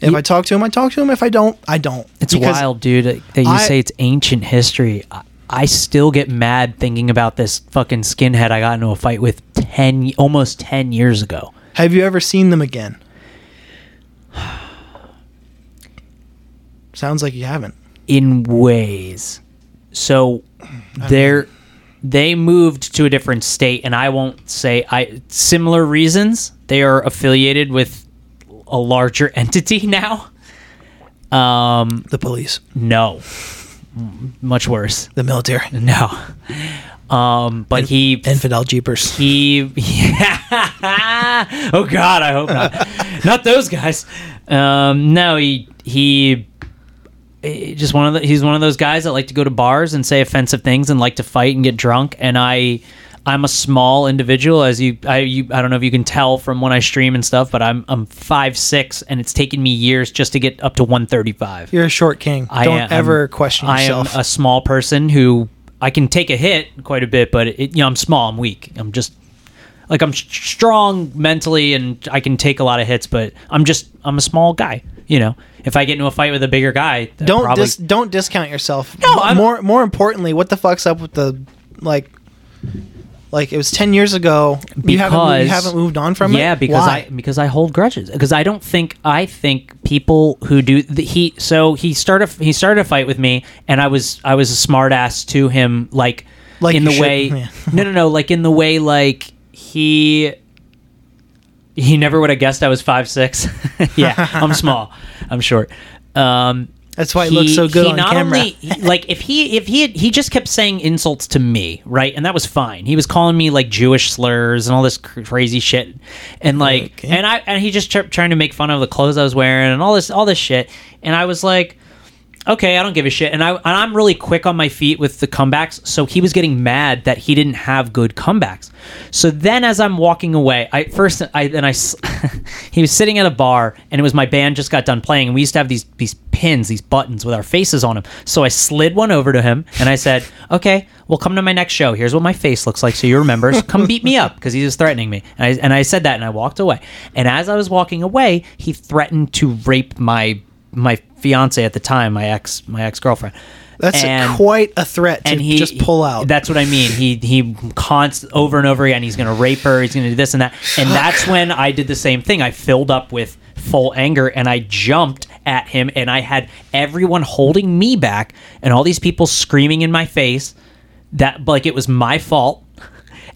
Speaker 2: if i talk to him i talk to him if i don't i don't
Speaker 1: It's
Speaker 2: Because
Speaker 1: wild, dude, that that you
Speaker 2: I-
Speaker 1: say it's ancient history. I, I still get mad thinking about this fucking skinhead I got into a fight with 10 almost 10 years ago.
Speaker 2: have you ever seen them again *sighs* sounds like you haven't
Speaker 1: in ways. So they're they moved to a different state and I won't say I similar reasons. They are affiliated with a larger *laughs* entity now. Um
Speaker 2: the police
Speaker 1: no. M- Much worse.
Speaker 2: the military
Speaker 1: No. Um, but he
Speaker 2: Infidel Jeepers.
Speaker 1: he *laughs* oh god i hope not not those guys um no he he he just one of the, he's one of those guys that like to go to bars and say offensive things and like to fight and get drunk and i i'm a small individual as you i you, i don't know if you can tell from when i stream and stuff but i'm i'm five six and it's taken me years just to get up to 135
Speaker 2: You're a short king.
Speaker 1: I
Speaker 2: Don't
Speaker 1: am-
Speaker 2: ever question yourself.
Speaker 1: I am a small person who I can take a hit quite a bit, but it, you know I'm small, I'm weak. I'm just like I'm s- strong mentally and I can take a lot of hits, but I'm just I'm a small guy. You know, if I get into a fight with a bigger guy, I
Speaker 2: don't
Speaker 1: probably,
Speaker 2: dis- don't discount yourself.
Speaker 1: No,
Speaker 2: M-
Speaker 1: I'm-
Speaker 2: more more importantly, what the fuck's up with the like like it was 10 years ago you haven't moved,
Speaker 1: Because-
Speaker 2: you haven't moved on from it.
Speaker 1: yeah, because
Speaker 2: Why?
Speaker 1: I because I hold grudges because I don't think I think people who do the, he so he started he started a fight with me and I was I was a smartass to him like
Speaker 2: Like
Speaker 1: in
Speaker 2: you
Speaker 1: the
Speaker 2: should-
Speaker 1: way
Speaker 2: yeah.
Speaker 1: *laughs* no no no like in the way like he he never would have guessed I was five six *laughs* yeah I'm small I'm short um
Speaker 2: That's why it looks so good
Speaker 1: he
Speaker 2: on
Speaker 1: not
Speaker 2: camera.
Speaker 1: Only, he- like if he if he had, he just kept saying insults to me, right? And that was fine. He was calling me like Jewish slurs and all this cr- crazy shit, and like
Speaker 2: Okay.
Speaker 1: and I and he just kept trying to make fun of the clothes I was wearing and all this all this shit. And I was like, okay, I don't give a shit. And I and I'm really quick on my feet with the comebacks. So he was getting mad that he didn't have good comebacks. So then, as I'm walking away, I first I then I s- *laughs* he was sitting at a bar, and it was my band just got done playing, and we used to have these these pins, these buttons with our faces on them. So I slid one over to him, and I said, okay, well, come to my next show. Here's what my face looks like, so you remember. So come beat me up because he was threatening me. And I, and I said that, and I walked away. And as I was walking away, he threatened to rape my my fiance at the time, my ex my ex girlfriend.
Speaker 2: That's
Speaker 1: and,
Speaker 2: quite a threat to
Speaker 1: and he
Speaker 2: just pull out.
Speaker 1: That's what I mean. He he constant over and over again. He's going to rape her. He's going to do this and that. And that's when I did the same thing. I filled up with full anger and I jumped at him and I had everyone holding me back and all these people screaming in my face that like it was my fault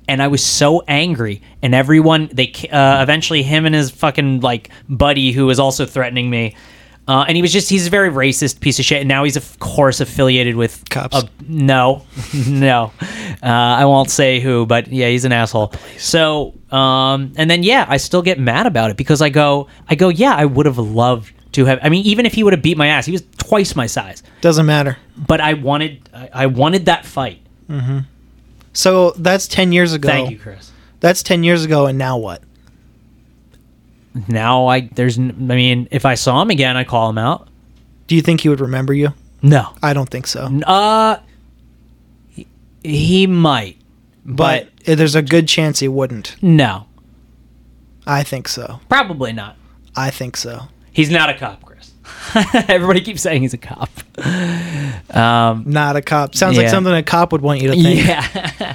Speaker 1: and I was so angry. And everyone, they ca- uh, eventually him and his fucking like buddy who was also threatening me. Uh, and he was just—he's a very racist piece of shit. And now he's of course affiliated with
Speaker 2: Cops.
Speaker 1: a- no, *laughs* no, uh, I won't say who, but yeah, he's an asshole. So, um, and then yeah, I still get mad about it because I go, I go, yeah, I would have loved to have. I mean, even if he would have beat my ass, he was twice my size.
Speaker 2: Doesn't matter.
Speaker 1: But I wanted, I, I wanted that fight.
Speaker 2: So that's 10 years ago.
Speaker 1: Thank you, Chris.
Speaker 2: That's 10 years ago and now what?
Speaker 1: now I there's n- I mean if I saw him again I call him out.
Speaker 2: Do you think he would remember you?
Speaker 1: No.
Speaker 2: I don't think so.
Speaker 1: Uh he- he might.
Speaker 2: but eh,
Speaker 1: But,
Speaker 2: there's a good chance he wouldn't.
Speaker 1: no.
Speaker 2: I think so.
Speaker 1: Probably not.
Speaker 2: I think so.
Speaker 1: He's not a cop, Chris. *laughs* Everybody keeps saying he's a cop. Um
Speaker 2: Not a cop. Sounds like
Speaker 1: Yeah.
Speaker 2: something a cop would want you to
Speaker 1: *laughs*
Speaker 2: think.
Speaker 1: yeah.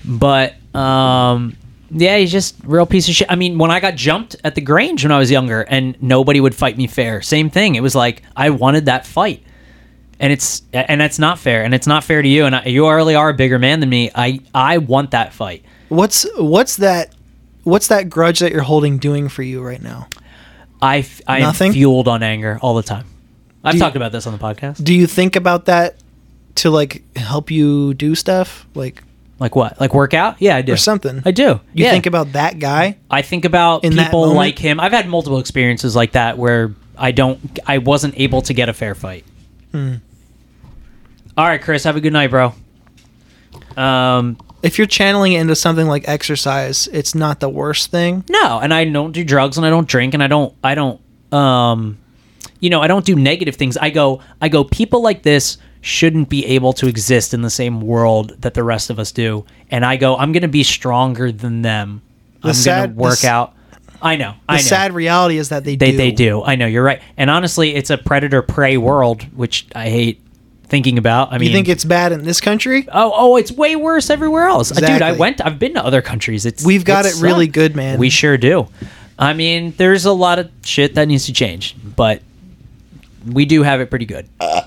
Speaker 1: *laughs* but um yeah, he's just real piece of shit. I mean, when I got jumped at the Grange when I was younger and nobody would fight me fair. Same thing. It was like I wanted that fight. and it's and that's not fair and it's not fair to you and I, you already are a bigger man than me i i want that fight
Speaker 2: What's what's that what's that grudge that you're holding doing for you right now?
Speaker 1: i f- i am
Speaker 2: Nothing?
Speaker 1: fueled on anger all the time i've
Speaker 2: Do you-
Speaker 1: talked about this on the podcast
Speaker 2: Do you think about that to like help you do stuff like
Speaker 1: like what like workout yeah i do
Speaker 2: or something?
Speaker 1: i do
Speaker 2: You
Speaker 1: yeah.
Speaker 2: think about that guy?
Speaker 1: I think about
Speaker 2: In that
Speaker 1: people
Speaker 2: moment?
Speaker 1: like him. I've had multiple experiences like that where I don't, I wasn't able to get a fair fight.
Speaker 2: Hmm.
Speaker 1: All right, Chris, have a good night, bro. Um,
Speaker 2: If you're channeling it into something like exercise, it's not the worst thing.
Speaker 1: no, and I don't do drugs and I don't drink and I don't, I don't, um, you know, I don't do negative things. I go, I go, people like this shouldn't be able to exist in the same world that the rest of us do. And I go, I'm going to be stronger than them. I'm going to
Speaker 2: sad- the
Speaker 1: work
Speaker 2: s-
Speaker 1: out. I know.
Speaker 2: The
Speaker 1: I know.
Speaker 2: sad reality is that they,
Speaker 1: They
Speaker 2: do.
Speaker 1: they do. I know you're right. And honestly, it's a predator prey world, which I hate thinking about. I
Speaker 2: You
Speaker 1: mean,
Speaker 2: think it's bad in this country?
Speaker 1: oh oh, it's way worse everywhere else. Uh, Dude, I
Speaker 2: Exactly.
Speaker 1: went. I've been to other countries. It's
Speaker 2: We've got it
Speaker 1: sucks.
Speaker 2: really good, man.
Speaker 1: We sure do. I mean, there's a lot of shit that needs to change, but we do have it pretty good. Uh,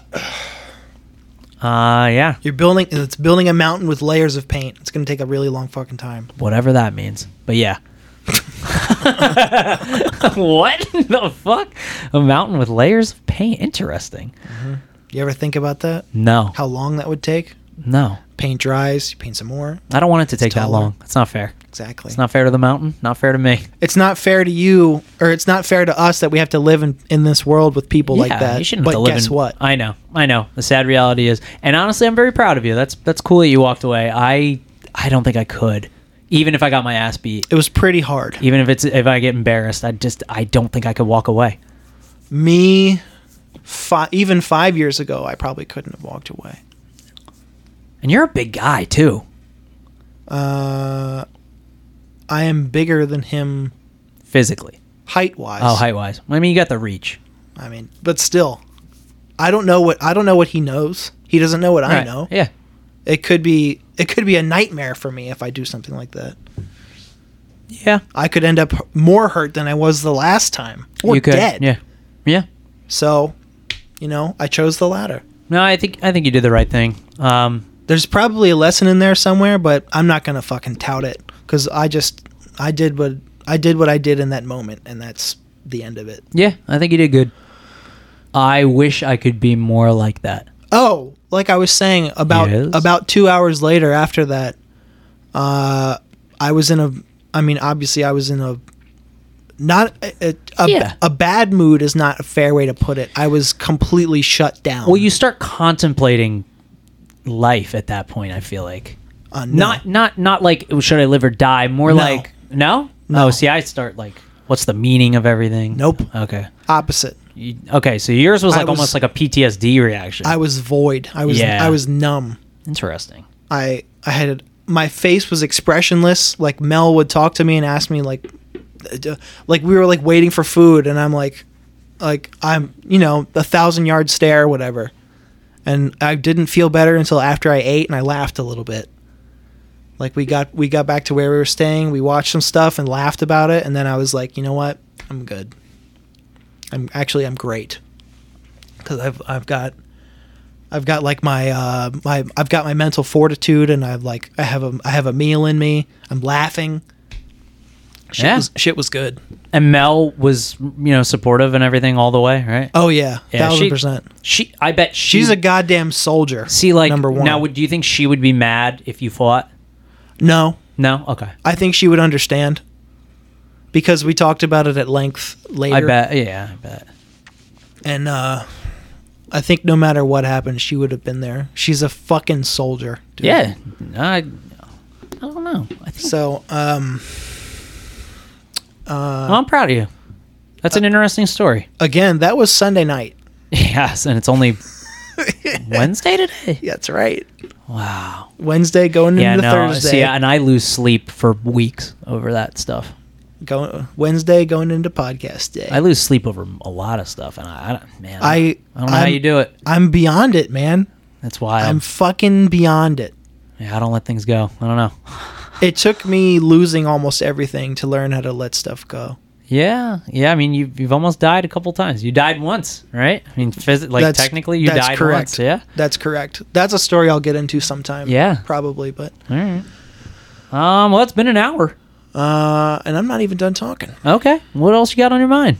Speaker 1: yeah,
Speaker 2: You're building it's building a mountain with layers of paint. It's going to take a really long fucking time.
Speaker 1: whatever that means. But yeah. *laughs* what the fuck? A mountain with layers of paint. Interesting.
Speaker 2: You ever think about that?
Speaker 1: No.
Speaker 2: How long that would take?
Speaker 1: No,
Speaker 2: Paint dries, you paint some more.
Speaker 1: I don't want it to take that
Speaker 2: taller.
Speaker 1: long. It's not fair.
Speaker 2: Exactly.
Speaker 1: It's not fair to the mountain. Not fair to me.
Speaker 2: fair to you, or it's not fair to us that we have to live in, in this world with people like that.
Speaker 1: You shouldn't
Speaker 2: but
Speaker 1: have to live
Speaker 2: guess
Speaker 1: in-
Speaker 2: what?
Speaker 1: I know. I know. The sad reality is, and honestly, I'm very proud of you. That's that's cool that you walked away. I I don't think I could, even if I got my ass beat.
Speaker 2: it was pretty hard.
Speaker 1: Even if it's if I get embarrassed, I just I don't think I could walk away.
Speaker 2: Me, fi- even five years ago, I probably couldn't have walked away.
Speaker 1: And you're a big guy too.
Speaker 2: Uh, I am bigger than him
Speaker 1: physically.
Speaker 2: height wise.
Speaker 1: Oh, height wise. I mean, you got the reach.
Speaker 2: I mean, but still, I don't know what I don't know what he knows. He doesn't know what I
Speaker 1: Right.
Speaker 2: know.
Speaker 1: Yeah.
Speaker 2: It could be it could be a nightmare for me if I do something like that.
Speaker 1: Yeah.
Speaker 2: I could end up more hurt than I was the last time, or
Speaker 1: you could.
Speaker 2: dead.
Speaker 1: Yeah. Yeah.
Speaker 2: So, you know, I chose the latter.
Speaker 1: No, I think I think you did the right thing. Um,
Speaker 2: There's probably a lesson in there somewhere, but I'm not gonna fucking tout it because I just I did what I did what I did in that moment, and that's the end of it.
Speaker 1: yeah, I think you did good. I wish I could be more like that.
Speaker 2: Oh, like I was saying about
Speaker 1: Yes.
Speaker 2: about two hours later after that, uh, I was in a. I mean, obviously, I was in a not a, a, a,
Speaker 1: Yeah.
Speaker 2: a bad mood is not a fair way to put it. I was completely shut down.
Speaker 1: Well, you start contemplating life at that point. I feel like
Speaker 2: uh, no.
Speaker 1: not not not like oh, should I live or die. More
Speaker 2: No.
Speaker 1: like no,
Speaker 2: No.
Speaker 1: Oh, see, I start like what's the meaning of everything?
Speaker 2: Nope.
Speaker 1: Okay.
Speaker 2: opposite.
Speaker 1: You- okay. So yours was
Speaker 2: I
Speaker 1: like
Speaker 2: was-
Speaker 1: almost like a PTSD reaction.
Speaker 2: I was void. I was
Speaker 1: Yeah.
Speaker 2: I was numb.
Speaker 1: Interesting.
Speaker 2: I I had my face was expressionless. Like Mel would talk to me and ask me like, d- like we were like waiting for food, and I'm like, like I'm you know a thousand yard stare, whatever. And I didn't feel better until after I ate, and I laughed a little bit. Like we got we got back to where we were staying. We watched some stuff and laughed about it, and then I was like, you know what, I'm good. I'm actually I'm great because I've I've got I've got like my uh my I've got my mental fortitude and I've like I have a I have a meal in me. I'm laughing. Shit
Speaker 1: Yeah.
Speaker 2: was shit was good.
Speaker 1: And Mel was, you know, supportive and everything all the way, right?
Speaker 2: Oh yeah,
Speaker 1: Yeah,
Speaker 2: thousand
Speaker 1: she-
Speaker 2: percent.
Speaker 1: She, I bet she,
Speaker 2: She's a goddamn soldier.
Speaker 1: see like
Speaker 2: number one.
Speaker 1: Now, would do you think she would be mad if you fought?
Speaker 2: no,
Speaker 1: No, okay.
Speaker 2: I think she would understand because we talked about it at length later.
Speaker 1: I bet, yeah, I bet.
Speaker 2: And uh, I think no matter what happened, she would have been there. She's a fucking soldier. dude.
Speaker 1: Yeah, I, I don't know. I think
Speaker 2: So um.
Speaker 1: well, Oh, I'm proud of you. That's an interesting story. *laughs*
Speaker 2: again, that was Sunday night.
Speaker 1: Yes, and it's
Speaker 2: *laughs*
Speaker 1: only Wednesday today.
Speaker 2: That's right.
Speaker 1: Wow.
Speaker 2: Wednesday going
Speaker 1: Yeah,
Speaker 2: into
Speaker 1: no.
Speaker 2: Thursday.
Speaker 1: See, and I lose sleep for weeks over that stuff.
Speaker 2: Go, Wednesday going into podcast day.
Speaker 1: I lose sleep over a lot of stuff, and I, I don't- man,
Speaker 2: I-
Speaker 1: I, don't know how
Speaker 2: I'm-
Speaker 1: you do it.
Speaker 2: I'm beyond it, man.
Speaker 1: That's why
Speaker 2: I'm
Speaker 1: I'm,
Speaker 2: fucking beyond it.
Speaker 1: yeah, I don't let things go. I don't know.
Speaker 2: It took me losing almost everything to learn how to let stuff go.
Speaker 1: Yeah, yeah. I mean, you've you've almost died a couple times. You died once, right? I mean, phys- like
Speaker 2: That's-
Speaker 1: technically, you
Speaker 2: that's
Speaker 1: died
Speaker 2: correct.
Speaker 1: once. Yeah.
Speaker 2: That's correct. That's a story I'll get into sometime.
Speaker 1: Yeah.
Speaker 2: Probably, but
Speaker 1: All right. Um. Well, it's been an hour.
Speaker 2: uh and I'm not even done talking.
Speaker 1: Okay. What else you got on your mind?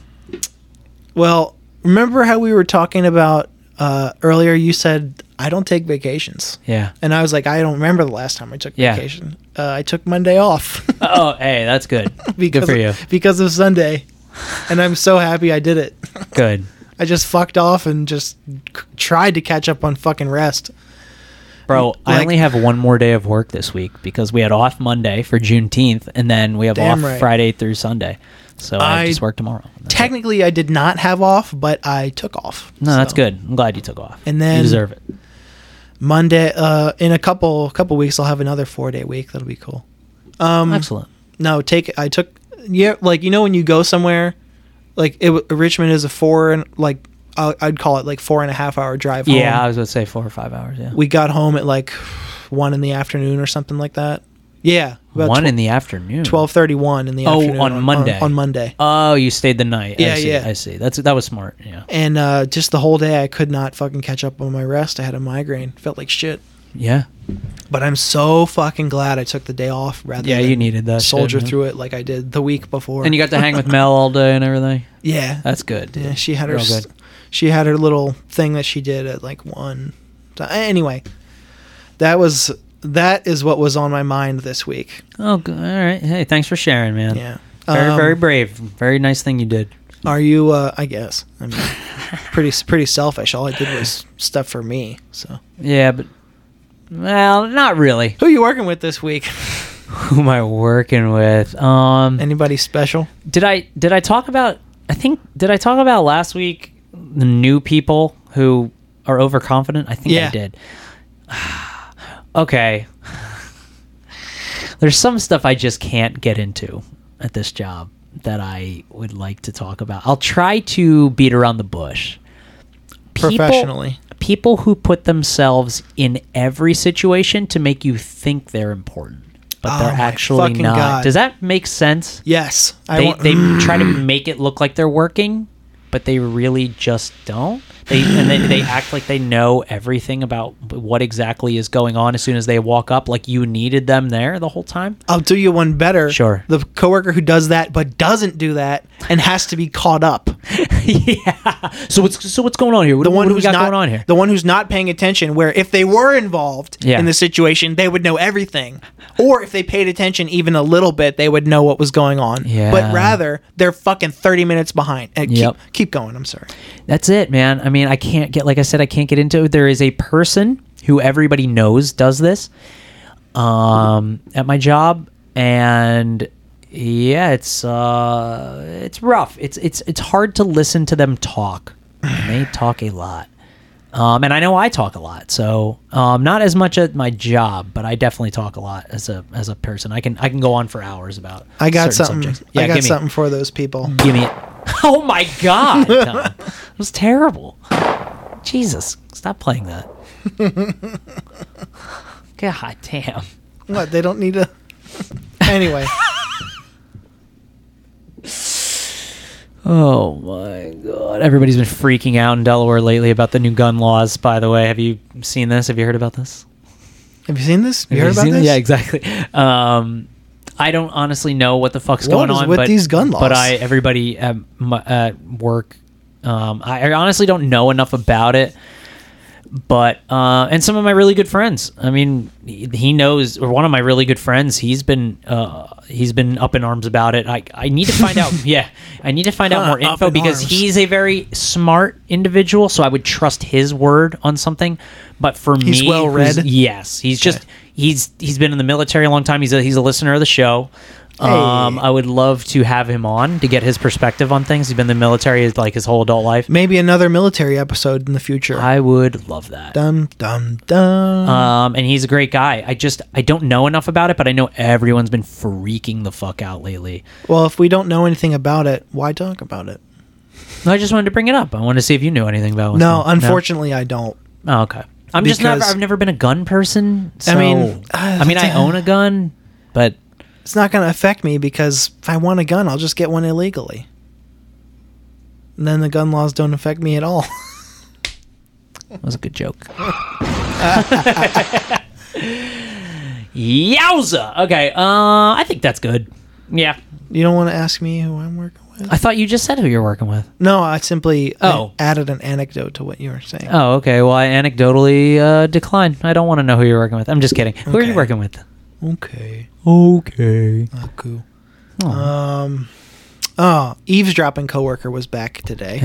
Speaker 2: Well, remember how we were talking about uh earlier you said I don't take vacations.
Speaker 1: Yeah.
Speaker 2: And I was like, I don't remember the last time I took
Speaker 1: Yeah.
Speaker 2: vacation. Uh, I took Monday off. *laughs*
Speaker 1: Oh, hey, that's good. good
Speaker 2: because
Speaker 1: for
Speaker 2: of,
Speaker 1: you.
Speaker 2: Because of Sunday, and I'm so happy I did it. *laughs*
Speaker 1: Good.
Speaker 2: I just fucked off and just c- tried to catch up on fucking rest.
Speaker 1: Bro, I
Speaker 2: Like-
Speaker 1: only have one more day of work this week because we had off Monday for Juneteenth, and then we have
Speaker 2: Damn
Speaker 1: off
Speaker 2: right.
Speaker 1: Friday through Sunday. So I,
Speaker 2: I-
Speaker 1: just work tomorrow. That's it.
Speaker 2: Technically, I did not have off, but I took off.
Speaker 1: no, that's
Speaker 2: So,
Speaker 1: good. I'm glad you took off.
Speaker 2: And then-
Speaker 1: you deserve it.
Speaker 2: Monday, uh, in a couple couple weeks, I'll have another four day week. That'll be cool. um,
Speaker 1: Excellent.
Speaker 2: No, take I took yeah, like you know when you go somewhere, like it, w- Richmond is a four and like I- I'd call it like four and a half hour drive.
Speaker 1: Yeah,
Speaker 2: home.
Speaker 1: I was going to say four or five hours. Yeah.
Speaker 2: we got home at like one in the afternoon or something like that. Yeah, about
Speaker 1: One in the afternoon.
Speaker 2: twelve thirty one in the
Speaker 1: Oh,
Speaker 2: afternoon
Speaker 1: on Monday.
Speaker 2: On, Monday,
Speaker 1: Oh, you stayed the night. I
Speaker 2: Yeah,
Speaker 1: see,
Speaker 2: yeah.
Speaker 1: I see. That's that was smart. Yeah.
Speaker 2: and uh, just the whole day I could not fucking catch up on my rest. I had a migraine, felt like shit.
Speaker 1: Yeah.
Speaker 2: But I'm so fucking glad I took the day off rather.
Speaker 1: Yeah,
Speaker 2: than
Speaker 1: you needed that shit,
Speaker 2: Soldier
Speaker 1: man.
Speaker 2: through it like I did the week before.
Speaker 1: And you got to
Speaker 2: *laughs*
Speaker 1: hang with Mel all day and everything.
Speaker 2: yeah,
Speaker 1: That's good.
Speaker 2: yeah. She had her
Speaker 1: Real
Speaker 2: s-
Speaker 1: good.
Speaker 2: she had her little thing that she did at like one. ti- Anyway, That was that is what was on my mind this week.
Speaker 1: Oh, g- all right. Hey, thanks for sharing, man.
Speaker 2: Yeah.
Speaker 1: Very,
Speaker 2: Um,
Speaker 1: very brave. Very nice thing you did.
Speaker 2: Are you? Uh, I guess. I mean, *laughs* pretty pretty selfish. All I did was stuff for me. So,
Speaker 1: Yeah, but well, not really.
Speaker 2: who you working with this
Speaker 1: *laughs*
Speaker 2: week? *laughs*
Speaker 1: Who am I working with? Um,
Speaker 2: Anybody special?
Speaker 1: did I did I talk about? I think did I talk about last week the new people who are overconfident? I think I
Speaker 2: Yeah.
Speaker 1: did. *sighs* okay. There's some stuff I just can't get into at this job that I would like to talk about. I'll try to beat around the bush. People-
Speaker 2: Professionally.
Speaker 1: people who put themselves in every situation to make you think they're important, but
Speaker 2: Oh
Speaker 1: they're
Speaker 2: my
Speaker 1: actually
Speaker 2: fucking
Speaker 1: not.
Speaker 2: God.
Speaker 1: Does that make sense?
Speaker 2: Yes. I
Speaker 1: they,
Speaker 2: want-
Speaker 1: *clears throat* they try to make it look like they're working but they really just don't they and they, they act like they know everything about what exactly is going on as soon as they walk up like you needed them there the whole time
Speaker 2: I'll do you one better.
Speaker 1: Sure.
Speaker 2: The coworker who does that but doesn't do that and has to be caught up.
Speaker 1: *laughs* yeah so what's so what's going on here what,
Speaker 2: The one
Speaker 1: what do we
Speaker 2: who's
Speaker 1: got
Speaker 2: not
Speaker 1: going on here
Speaker 2: The one who's not paying attention. Where if they were involved
Speaker 1: Yeah.
Speaker 2: in the situation, they would know everything, or if they paid attention even a little bit, they would know what was going on.
Speaker 1: Yeah.
Speaker 2: But rather, they're fucking thirty minutes behind. And
Speaker 1: Yep.
Speaker 2: keep, keep going. I'm sorry.
Speaker 1: that's it man i mean i can't get like i said i can't get into it there is a person who everybody knows does this um at my job and yeah it's uh it's rough it's it's it's hard to listen to them talk And they talk a lot um and i know i talk a lot so um not as much at my job but i definitely talk a lot as a as a person i can i can go on for hours about
Speaker 2: I got
Speaker 1: certain
Speaker 2: something.
Speaker 1: subjects. yeah
Speaker 2: I got
Speaker 1: give me
Speaker 2: something for those people.
Speaker 1: Give me it. *laughs* Oh my god. Tom. It was terrible. Jesus, stop playing that. God damn.
Speaker 2: What? They don't need to. *laughs* anyway,
Speaker 1: Oh my god. Everybody's been freaking out in Delaware lately about the new gun laws, by the way. Have you seen this? Have you heard about this?
Speaker 2: have you seen this? You
Speaker 1: Have
Speaker 2: heard about
Speaker 1: seen
Speaker 2: this?
Speaker 1: Yeah, exactly. Um I don't honestly know what the fuck's
Speaker 2: What
Speaker 1: going
Speaker 2: is
Speaker 1: on
Speaker 2: with
Speaker 1: but,
Speaker 2: these gun laws?
Speaker 1: But I everybody at, my, at work um I, I honestly don't know enough about it. but uh, and some of my really good friends. I mean, he he knows, or one of my really good friends. He's been uh, he's been up in arms about it. I I need to find
Speaker 2: *laughs*
Speaker 1: out. Yeah, I need to find out
Speaker 2: Huh,
Speaker 1: more
Speaker 2: up
Speaker 1: info
Speaker 2: in
Speaker 1: because
Speaker 2: arms.
Speaker 1: he's a very smart individual. So I would trust his word on something. But for
Speaker 2: He's
Speaker 1: me,
Speaker 2: well-read?
Speaker 1: who's- Yes, he's just he's he's been in the military a long time. He's a he's a listener of the show. Um, I would love to have him on to get his perspective on things. He's been in the military like his whole adult life.
Speaker 2: Maybe another military episode in the future.
Speaker 1: I would love that.
Speaker 2: dum dum dum.
Speaker 1: Um, and he's a great guy. I just I don't know enough about it, but I know everyone's been freaking the fuck out lately.
Speaker 2: well, if we don't know anything about it, why talk about it?
Speaker 1: No, I just wanted to bring it up. I wanted to see if you knew anything about. what's
Speaker 2: No,
Speaker 1: going-
Speaker 2: unfortunately, I don't.
Speaker 1: No? Oh, okay. I'm just never.
Speaker 2: Because-
Speaker 1: I've never been a gun person. So,
Speaker 2: I mean,
Speaker 1: I mean, I
Speaker 2: uh,
Speaker 1: own a gun, but
Speaker 2: It's not going to affect me because if I want a gun, I'll just get one illegally. And then the gun laws don't affect me at all. *laughs*
Speaker 1: it was a good joke. *laughs* Yowza. Okay. Uh, I think that's good. Yeah.
Speaker 2: you don't want to ask me who I'm working with?
Speaker 1: I thought you just said who you're working with.
Speaker 2: No, I simply
Speaker 1: Oh.
Speaker 2: added an anecdote to what you were saying.
Speaker 1: Oh, okay. Well, I anecdotally uh, decline. I don't want to know who you're working with. I'm just kidding. Who are you
Speaker 2: Okay.
Speaker 1: working with?
Speaker 2: Okay.
Speaker 1: Okay.
Speaker 2: Oh, cool. Um, oh, eavesdropping coworker was back today.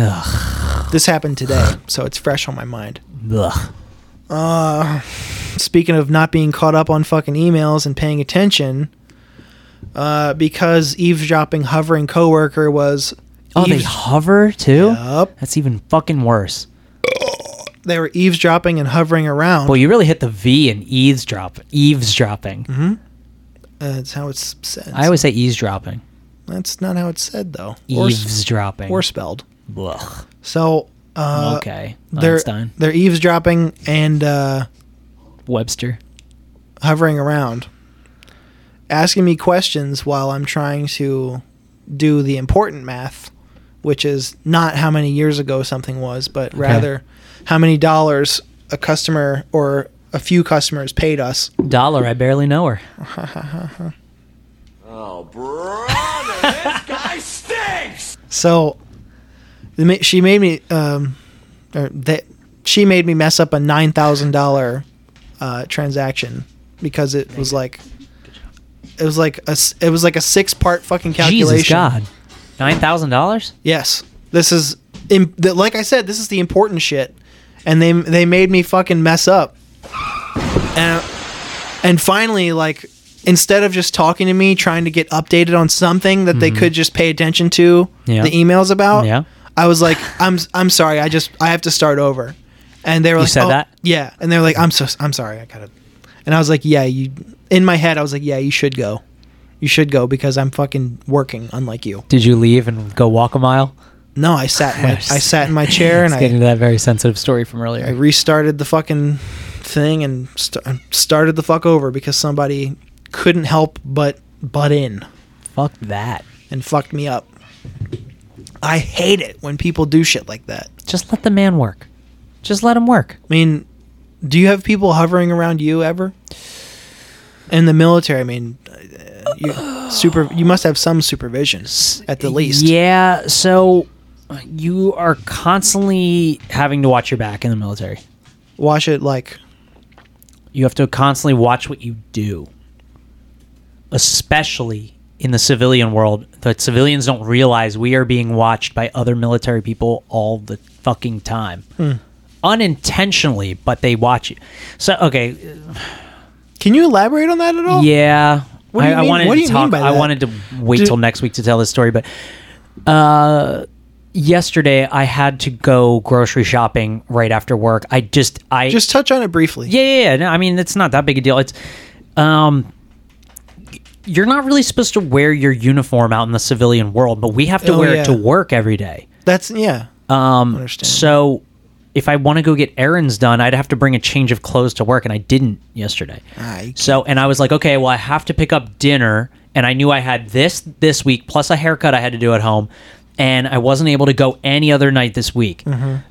Speaker 2: This happened today, so it's fresh on my mind.
Speaker 1: Ugh.
Speaker 2: speaking of not being caught up on fucking emails and paying attention, uh, because eavesdropping hovering coworker was
Speaker 1: Oh, they
Speaker 2: eaves-
Speaker 1: hover too.
Speaker 2: Yup.
Speaker 1: That's even fucking worse.
Speaker 2: they were eavesdropping and hovering around.
Speaker 1: Well, you really hit the V in eavesdrop. Eavesdropping.
Speaker 2: Mm-hmm. Uh, that's how it's said.
Speaker 1: I always say eavesdropping.
Speaker 2: that's not how it's said though. Or, s-
Speaker 1: Eavesdropping.
Speaker 2: or spelled.
Speaker 1: Ugh.
Speaker 2: So uh,
Speaker 1: okay.
Speaker 2: they're
Speaker 1: Einstein.
Speaker 2: they're eavesdropping and uh,
Speaker 1: Webster.
Speaker 2: hovering around, asking me questions while I'm trying to do the important math, which is not how many years ago something was, but rather how many dollars a customer or a few customers paid us.
Speaker 1: Dollar. I barely know her.
Speaker 5: Oh, brother, this guy stinks!
Speaker 2: So the ma- she made me, um, or that she made me mess up a nine thousand uh, uh, transaction because it was like it was like a s- it was like a six part fucking calculation.
Speaker 1: Jesus God, nine thousand dollars.
Speaker 2: Yes, this is im- the, like I said. This is the important shit, and they they made me fucking mess up. And and finally, like instead of just talking to me, trying to get updated on something that they could just pay attention to
Speaker 1: Mm-hmm. Yeah.
Speaker 2: the emails about.
Speaker 1: Yeah.
Speaker 2: I was like, I'm I'm sorry. I just I have to start over. And they were like,
Speaker 1: said
Speaker 2: "Oh,
Speaker 1: that?
Speaker 2: Yeah. And they were like, I'm so I'm sorry. I gotta. And I was like, yeah, you. In my head, I was like, yeah, you should go. You should go because I'm fucking working, unlike you.
Speaker 1: Did you leave and go walk a mile?
Speaker 2: No, I sat
Speaker 1: *laughs*
Speaker 2: in my, I sat in my chair and
Speaker 1: Let's get into
Speaker 2: I,
Speaker 1: that very sensitive story from
Speaker 2: I
Speaker 1: earlier.
Speaker 2: restarted the fucking thing and st- started the fuck over because somebody couldn't help but butt in
Speaker 1: Fuck that.
Speaker 2: and fucked me up. I hate it when people do shit like that.
Speaker 1: Just let the man work. Just let him work.
Speaker 2: I mean, do you have people hovering around you ever? In the military, I mean, uh, you super you must have some supervision at the least.
Speaker 1: Yeah. So you are constantly having to watch your back in the military.
Speaker 2: Watch it like
Speaker 1: You have to constantly watch what you do, especially in the civilian world. The civilians don't realize we are being watched by other military people all the fucking time,
Speaker 2: Hmm.
Speaker 1: unintentionally, but they watch you. So okay,
Speaker 2: Can you elaborate on that at all?
Speaker 1: yeah.
Speaker 2: Oh. What do you
Speaker 1: I, I
Speaker 2: mean-
Speaker 1: wanted
Speaker 2: what do you
Speaker 1: to
Speaker 2: mean
Speaker 1: talk.
Speaker 2: by
Speaker 1: I
Speaker 2: that?
Speaker 1: wanted to wait
Speaker 2: Do-
Speaker 1: till next week to tell this story, but uh, yesterday I had to go grocery shopping right after work. I just I
Speaker 2: Just touch on it briefly.
Speaker 1: yeah, yeah, yeah. No, I mean, it's not that big a deal. It's, um, you're not really supposed to wear your uniform out in the civilian world, but we have to
Speaker 2: Oh,
Speaker 1: wear
Speaker 2: yeah.
Speaker 1: it to work every day.
Speaker 2: That's yeah.
Speaker 1: Um,
Speaker 2: Understand.
Speaker 1: so if I want to go get errands done, I'd have to bring a change of clothes to work, and I didn't yesterday.
Speaker 2: Ah, you
Speaker 1: So, and I was like, okay, well, I have to pick up dinner, and I knew I had this this week plus a haircut I had to do at home, and I wasn't able to go any other night this week.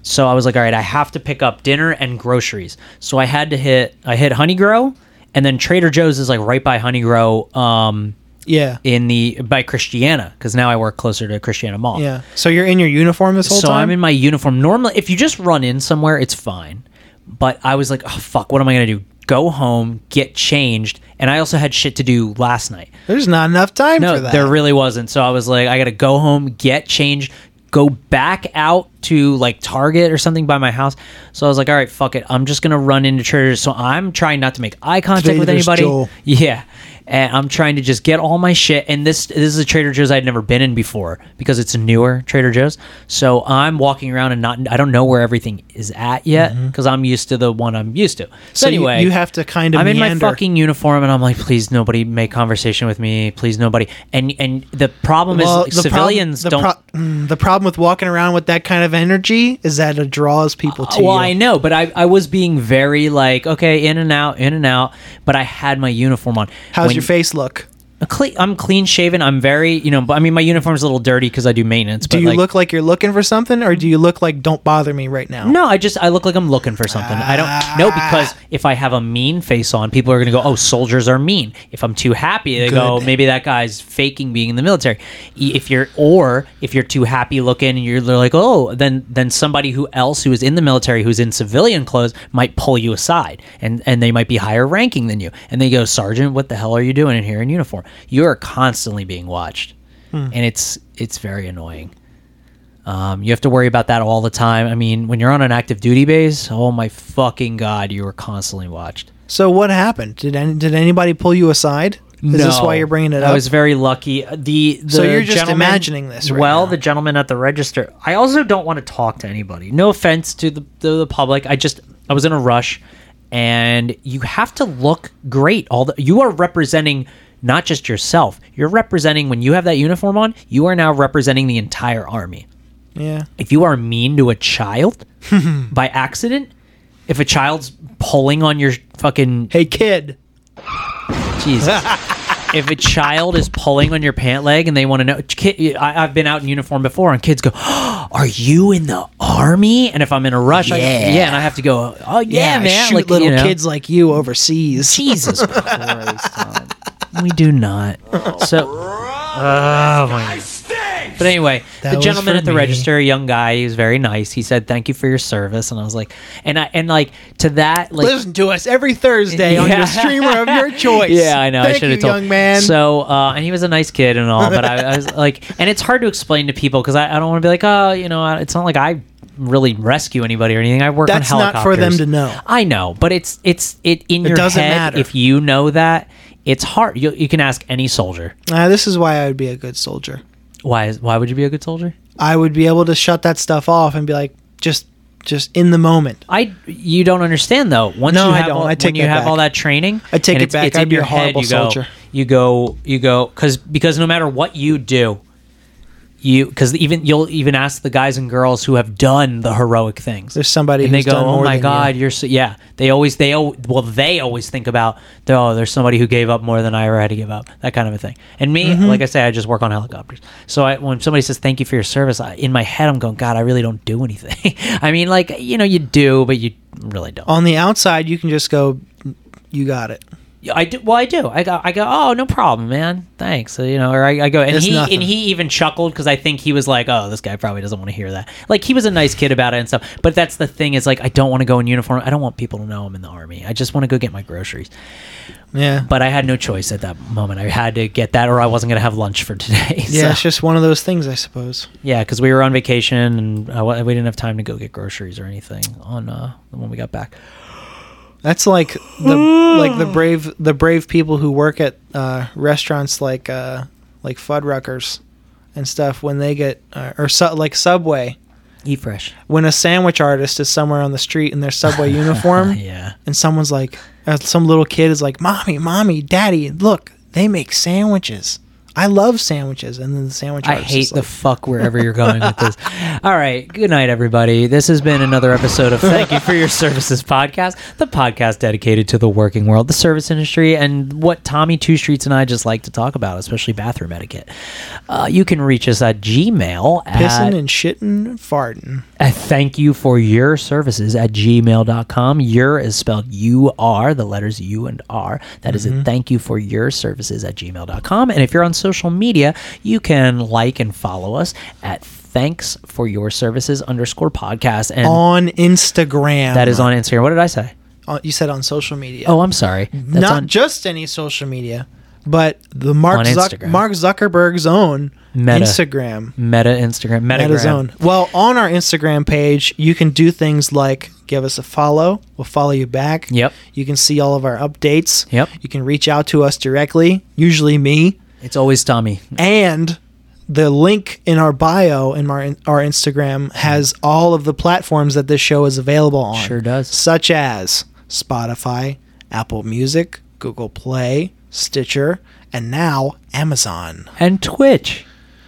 Speaker 1: So I was like, all right, I have to pick up dinner and groceries. So I had to hit I hit Honey Grow, and then Trader Joe's is like right by Honey Grow, um,
Speaker 2: Yeah.
Speaker 1: in the by Christiana because now I work closer to Christiana Mall.
Speaker 2: Yeah. So you're in your uniform this whole
Speaker 1: So
Speaker 2: time.
Speaker 1: I'm in my uniform. Normally, if you just run in somewhere, it's fine. But I was like, oh, fuck, what am I going to do? Go home, get changed. And I also had shit to do last night.
Speaker 2: There's not enough time
Speaker 1: No,
Speaker 2: for that.
Speaker 1: there really wasn't. So I was like, I got to go home, get changed, go back out to like Target or something by my house. So I was like, all right, fuck it. I'm just going to run into Trader. Joe's. So I'm trying not to make eye contact
Speaker 2: Today
Speaker 1: with
Speaker 2: there's
Speaker 1: anybody.
Speaker 2: Joel.
Speaker 1: *laughs* Yeah. And I'm trying to just get all my shit. And this this is a Trader Joe's I'd never been in before because it's a newer Trader Joe's. So I'm walking around and not I don't know where everything is at yet because I'm used to the one I'm used to. So,
Speaker 2: Mm-hmm. So you-
Speaker 1: anyway,
Speaker 2: you, have to kind of.
Speaker 1: I'm in my
Speaker 2: meander.
Speaker 1: fucking uniform, and I'm like, please, nobody make conversation with me. Please, nobody. And and the problem
Speaker 2: Well,
Speaker 1: is
Speaker 2: the prob-
Speaker 1: civilians
Speaker 2: the
Speaker 1: don't.
Speaker 2: pro- mm, the problem with walking around with that kind of energy is that it draws people to
Speaker 1: Uh, well,
Speaker 2: you.
Speaker 1: I know, but I, I was being very like, okay, in and out, in and out. But I had my uniform on.
Speaker 2: How's
Speaker 1: When-
Speaker 2: your face look?
Speaker 1: A cle- I'm clean shaven. I'm very, you know, but I mean, my uniform's a little dirty because I do maintenance.
Speaker 2: Do
Speaker 1: but
Speaker 2: you
Speaker 1: like,
Speaker 2: look like you're looking for something, or do you look like don't bother me right now?
Speaker 1: No, I just I look like I'm looking for something. I don't no because if I have a mean face on, people are gonna go, "Oh, soldiers are mean." If I'm too happy, they go,
Speaker 2: Good.
Speaker 1: "Maybe that guy's faking being in the military." Y- If you're or if you're too happy looking, and you're they're like, "Oh," then then somebody who else who is in the military who's in civilian clothes might pull you aside, and and they might be higher ranking than you, and they go, "Sergeant, what the hell are you doing in here in uniform?" You are constantly being watched, and it's it's very annoying. Um, you have to worry about that all the time. I mean, when you're on an active duty base, oh my fucking god, you are constantly watched.
Speaker 2: So what happened? Did any, did anybody pull you aside? Is this why you're bringing it up?
Speaker 1: I was very lucky. The, the
Speaker 2: So you're just
Speaker 1: gentleman-
Speaker 2: imagining this right
Speaker 1: well,
Speaker 2: now.
Speaker 1: the gentleman at the register. I also don't want to talk to anybody. No offense to the to the public. I just I was in a rush, and you have to look great. All the, you are representing not just yourself. You're representing when you have that uniform on. You are now representing the entire army.
Speaker 2: yeah.
Speaker 1: if you are mean to a
Speaker 2: *laughs*
Speaker 1: child by accident, if a child's pulling on your fucking
Speaker 2: Hey kid, *laughs*
Speaker 1: Jesus. if a child is pulling on your pant leg and they want to know, kid, I, I've been out in uniform before, and kids go, *gasps* "Are you in the army?" And if I'm in a rush, I, yeah, and I have to go, "Oh yeah, man!"
Speaker 2: shoot
Speaker 1: like
Speaker 2: little
Speaker 1: you know.
Speaker 2: kids like you overseas.
Speaker 1: Jesus
Speaker 7: *laughs*
Speaker 1: Christ, Tom. we do not. So.
Speaker 5: Brother,
Speaker 1: Oh my
Speaker 5: I stink!
Speaker 1: But anyway,
Speaker 7: That
Speaker 1: the
Speaker 7: was
Speaker 1: gentleman
Speaker 7: for
Speaker 1: at the
Speaker 7: me.
Speaker 1: register, a young guy, he was very nice. He said, "Thank you for your service," and I was like, and I and like to that, like
Speaker 2: Listen to us every Thursday on
Speaker 1: Yeah.
Speaker 2: your streamer
Speaker 1: *laughs*
Speaker 2: of your choice.
Speaker 1: Yeah, I know. I
Speaker 2: Thank
Speaker 1: should
Speaker 2: you,
Speaker 1: have told
Speaker 2: young man.
Speaker 1: So, uh, and he was a nice kid and all, but I, I was like, and it's hard to explain to people because I, I don't want to be like, oh, you know, I- it's not like I really rescue anybody or anything. I work
Speaker 2: That's
Speaker 1: on
Speaker 2: not
Speaker 1: helicopters.
Speaker 2: for them to know.
Speaker 1: I know, but it's it's it in your
Speaker 2: doesn't
Speaker 1: head.
Speaker 2: matter.
Speaker 1: If you know that, it's hard. You, you can ask any soldier.
Speaker 2: Uh, this is why I would be a good soldier.
Speaker 1: Why is why would you be a good soldier?
Speaker 2: I would be able to shut that stuff off and be like, just, just in the moment.
Speaker 1: I you don't understand though. Once
Speaker 2: No,
Speaker 1: you
Speaker 2: I
Speaker 1: have
Speaker 2: don't.
Speaker 1: All,
Speaker 2: I take
Speaker 1: when you
Speaker 2: that
Speaker 1: have all
Speaker 2: back.
Speaker 1: that training,
Speaker 2: I take
Speaker 1: and
Speaker 2: it
Speaker 1: it's-
Speaker 2: back.
Speaker 1: It's
Speaker 2: I'd
Speaker 1: in
Speaker 2: be
Speaker 1: your
Speaker 2: a horrible
Speaker 1: head, you go,
Speaker 2: soldier.
Speaker 1: You go, you go, because because no matter what you do, you because even you'll even ask the guys and girls who have done the heroic things.
Speaker 2: There's somebody
Speaker 1: and they
Speaker 2: who's
Speaker 1: go,
Speaker 2: done
Speaker 1: "Oh
Speaker 2: more
Speaker 1: my
Speaker 2: than
Speaker 1: God, you. are so yeah." They always they al- well they always think about oh there's somebody who gave up more than I ever had to give up that kind of a thing. And me,
Speaker 2: Mm-hmm.
Speaker 1: like I say, I just work on helicopters. So I, when somebody says thank you for your service, I, in my head I'm going, God, I really don't do anything. *laughs* I mean, like you know, you do, but you really don't.
Speaker 2: On the outside, you can just go, you got it.
Speaker 1: I do. Well, I do. I go. I go. Oh, no problem, man. Thanks. So, you know, or I, I go, and
Speaker 2: It's
Speaker 1: he
Speaker 2: nothing.
Speaker 1: and he even chuckled because I think he was like, oh, this guy probably doesn't want to hear that. Like he was a nice kid about it and stuff. But that's the thing is like, I don't want to go in uniform. I don't want people to know I'm in the army. I just want to go get my groceries.
Speaker 2: Yeah.
Speaker 1: But I had no choice at that moment. I had to get that, or I wasn't going to have lunch for *laughs* today.
Speaker 2: yeah,
Speaker 1: So-
Speaker 2: it's just one of those things, I suppose.
Speaker 1: yeah, because we were on vacation and uh, we didn't have time to go get groceries or anything on uh, when we got back.
Speaker 2: That's like the like the brave the brave people who work at uh, restaurants like uh, like Fuddruckers and stuff when they get uh, or su- like Subway
Speaker 1: Eat fresh.
Speaker 2: when a sandwich artist is somewhere on the street in their Subway uniform
Speaker 1: Yeah.
Speaker 2: and someone's like uh, some little kid is like mommy mommy daddy look they make sandwiches I love sandwiches and then the sandwich
Speaker 1: I
Speaker 2: artist
Speaker 1: hate
Speaker 2: is
Speaker 1: the
Speaker 2: like,
Speaker 1: fuck wherever you're going with *laughs* this. All right. Good night, everybody. This has been another episode of Thank You for Your Services podcast, the podcast dedicated to the working world, the service industry, and what Tommy Two Streets and I just like to talk about, especially bathroom etiquette. Uh, you can reach us at Gmail at,
Speaker 2: pissing and shitting and farting
Speaker 1: at thank you for your services at gmail.com. Your is spelled U R, the letters U and R. That is
Speaker 2: Mm-hmm.
Speaker 1: it. Thank you for your services at gmail.com. And if you're on social media, you can like and follow us at thanks for your services underscore podcast. And
Speaker 2: on Instagram
Speaker 1: that is on Instagram. What did I say?
Speaker 2: on you said on social media
Speaker 1: Oh, I'm sorry. That's
Speaker 2: not
Speaker 1: on
Speaker 2: just any social media, but the Mark
Speaker 1: On
Speaker 2: Zuck-
Speaker 1: Instagram.
Speaker 2: Mark Zuckerberg's own
Speaker 1: Meta.
Speaker 2: Instagram.
Speaker 1: Meta Instagram. Meta
Speaker 2: Meta's own. Well, on our Instagram page, you can do things like give us a follow. We'll follow you back.
Speaker 1: Yep.
Speaker 2: You can see all of our updates.
Speaker 1: Yep.
Speaker 2: You can reach out to us directly, usually me,
Speaker 1: It's always Tommy.
Speaker 2: and the link in our bio in our our Instagram has all of the platforms that this show is available on.
Speaker 1: Sure does.
Speaker 2: Such as Spotify, Apple Music, Google Play, Stitcher, and now Amazon.
Speaker 1: And Twitch.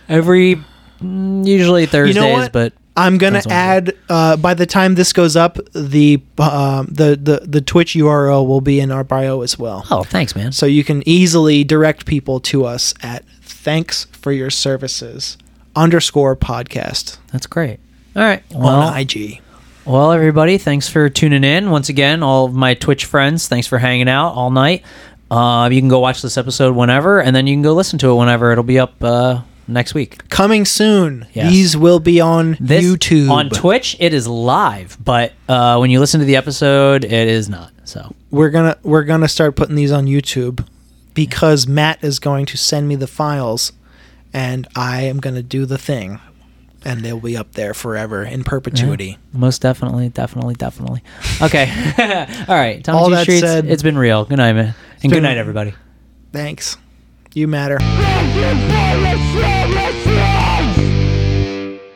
Speaker 1: Every, mm, usually Thursdays,
Speaker 2: what?
Speaker 1: but.
Speaker 2: I'm gonna
Speaker 1: That's all
Speaker 2: add. Uh, by the time this goes up, the um, the the the Twitch URL will be in our bio as well.
Speaker 1: Oh, thanks, man.
Speaker 2: So you can easily direct people to us at thanks for your services underscore podcast.
Speaker 1: That's great. All right. Well,
Speaker 2: on IG.
Speaker 1: Well, everybody, thanks for tuning in once again. All of my Twitch friends, thanks for hanging out all night. Uh, you can go watch this episode whenever, and then you can go listen to it whenever. It'll be up uh, next week.
Speaker 2: Coming soon.
Speaker 1: Yes.
Speaker 2: These will be on
Speaker 1: This,
Speaker 2: YouTube.
Speaker 1: on Twitch, it is live, but uh, when you listen to the episode, it is not. So
Speaker 2: We're gonna we're gonna start putting these on YouTube because Matt is going to send me the files, and I am gonna do the thing, and they'll be up there forever in perpetuity.
Speaker 1: most definitely, definitely, definitely. Okay, *laughs* all right. Tommy
Speaker 2: All
Speaker 1: G
Speaker 2: that
Speaker 1: Streets,
Speaker 2: said-
Speaker 1: it's been real. Good night, man, and
Speaker 2: been-
Speaker 1: good night, everybody.
Speaker 2: Thanks. You matter.
Speaker 5: Thank you for your service.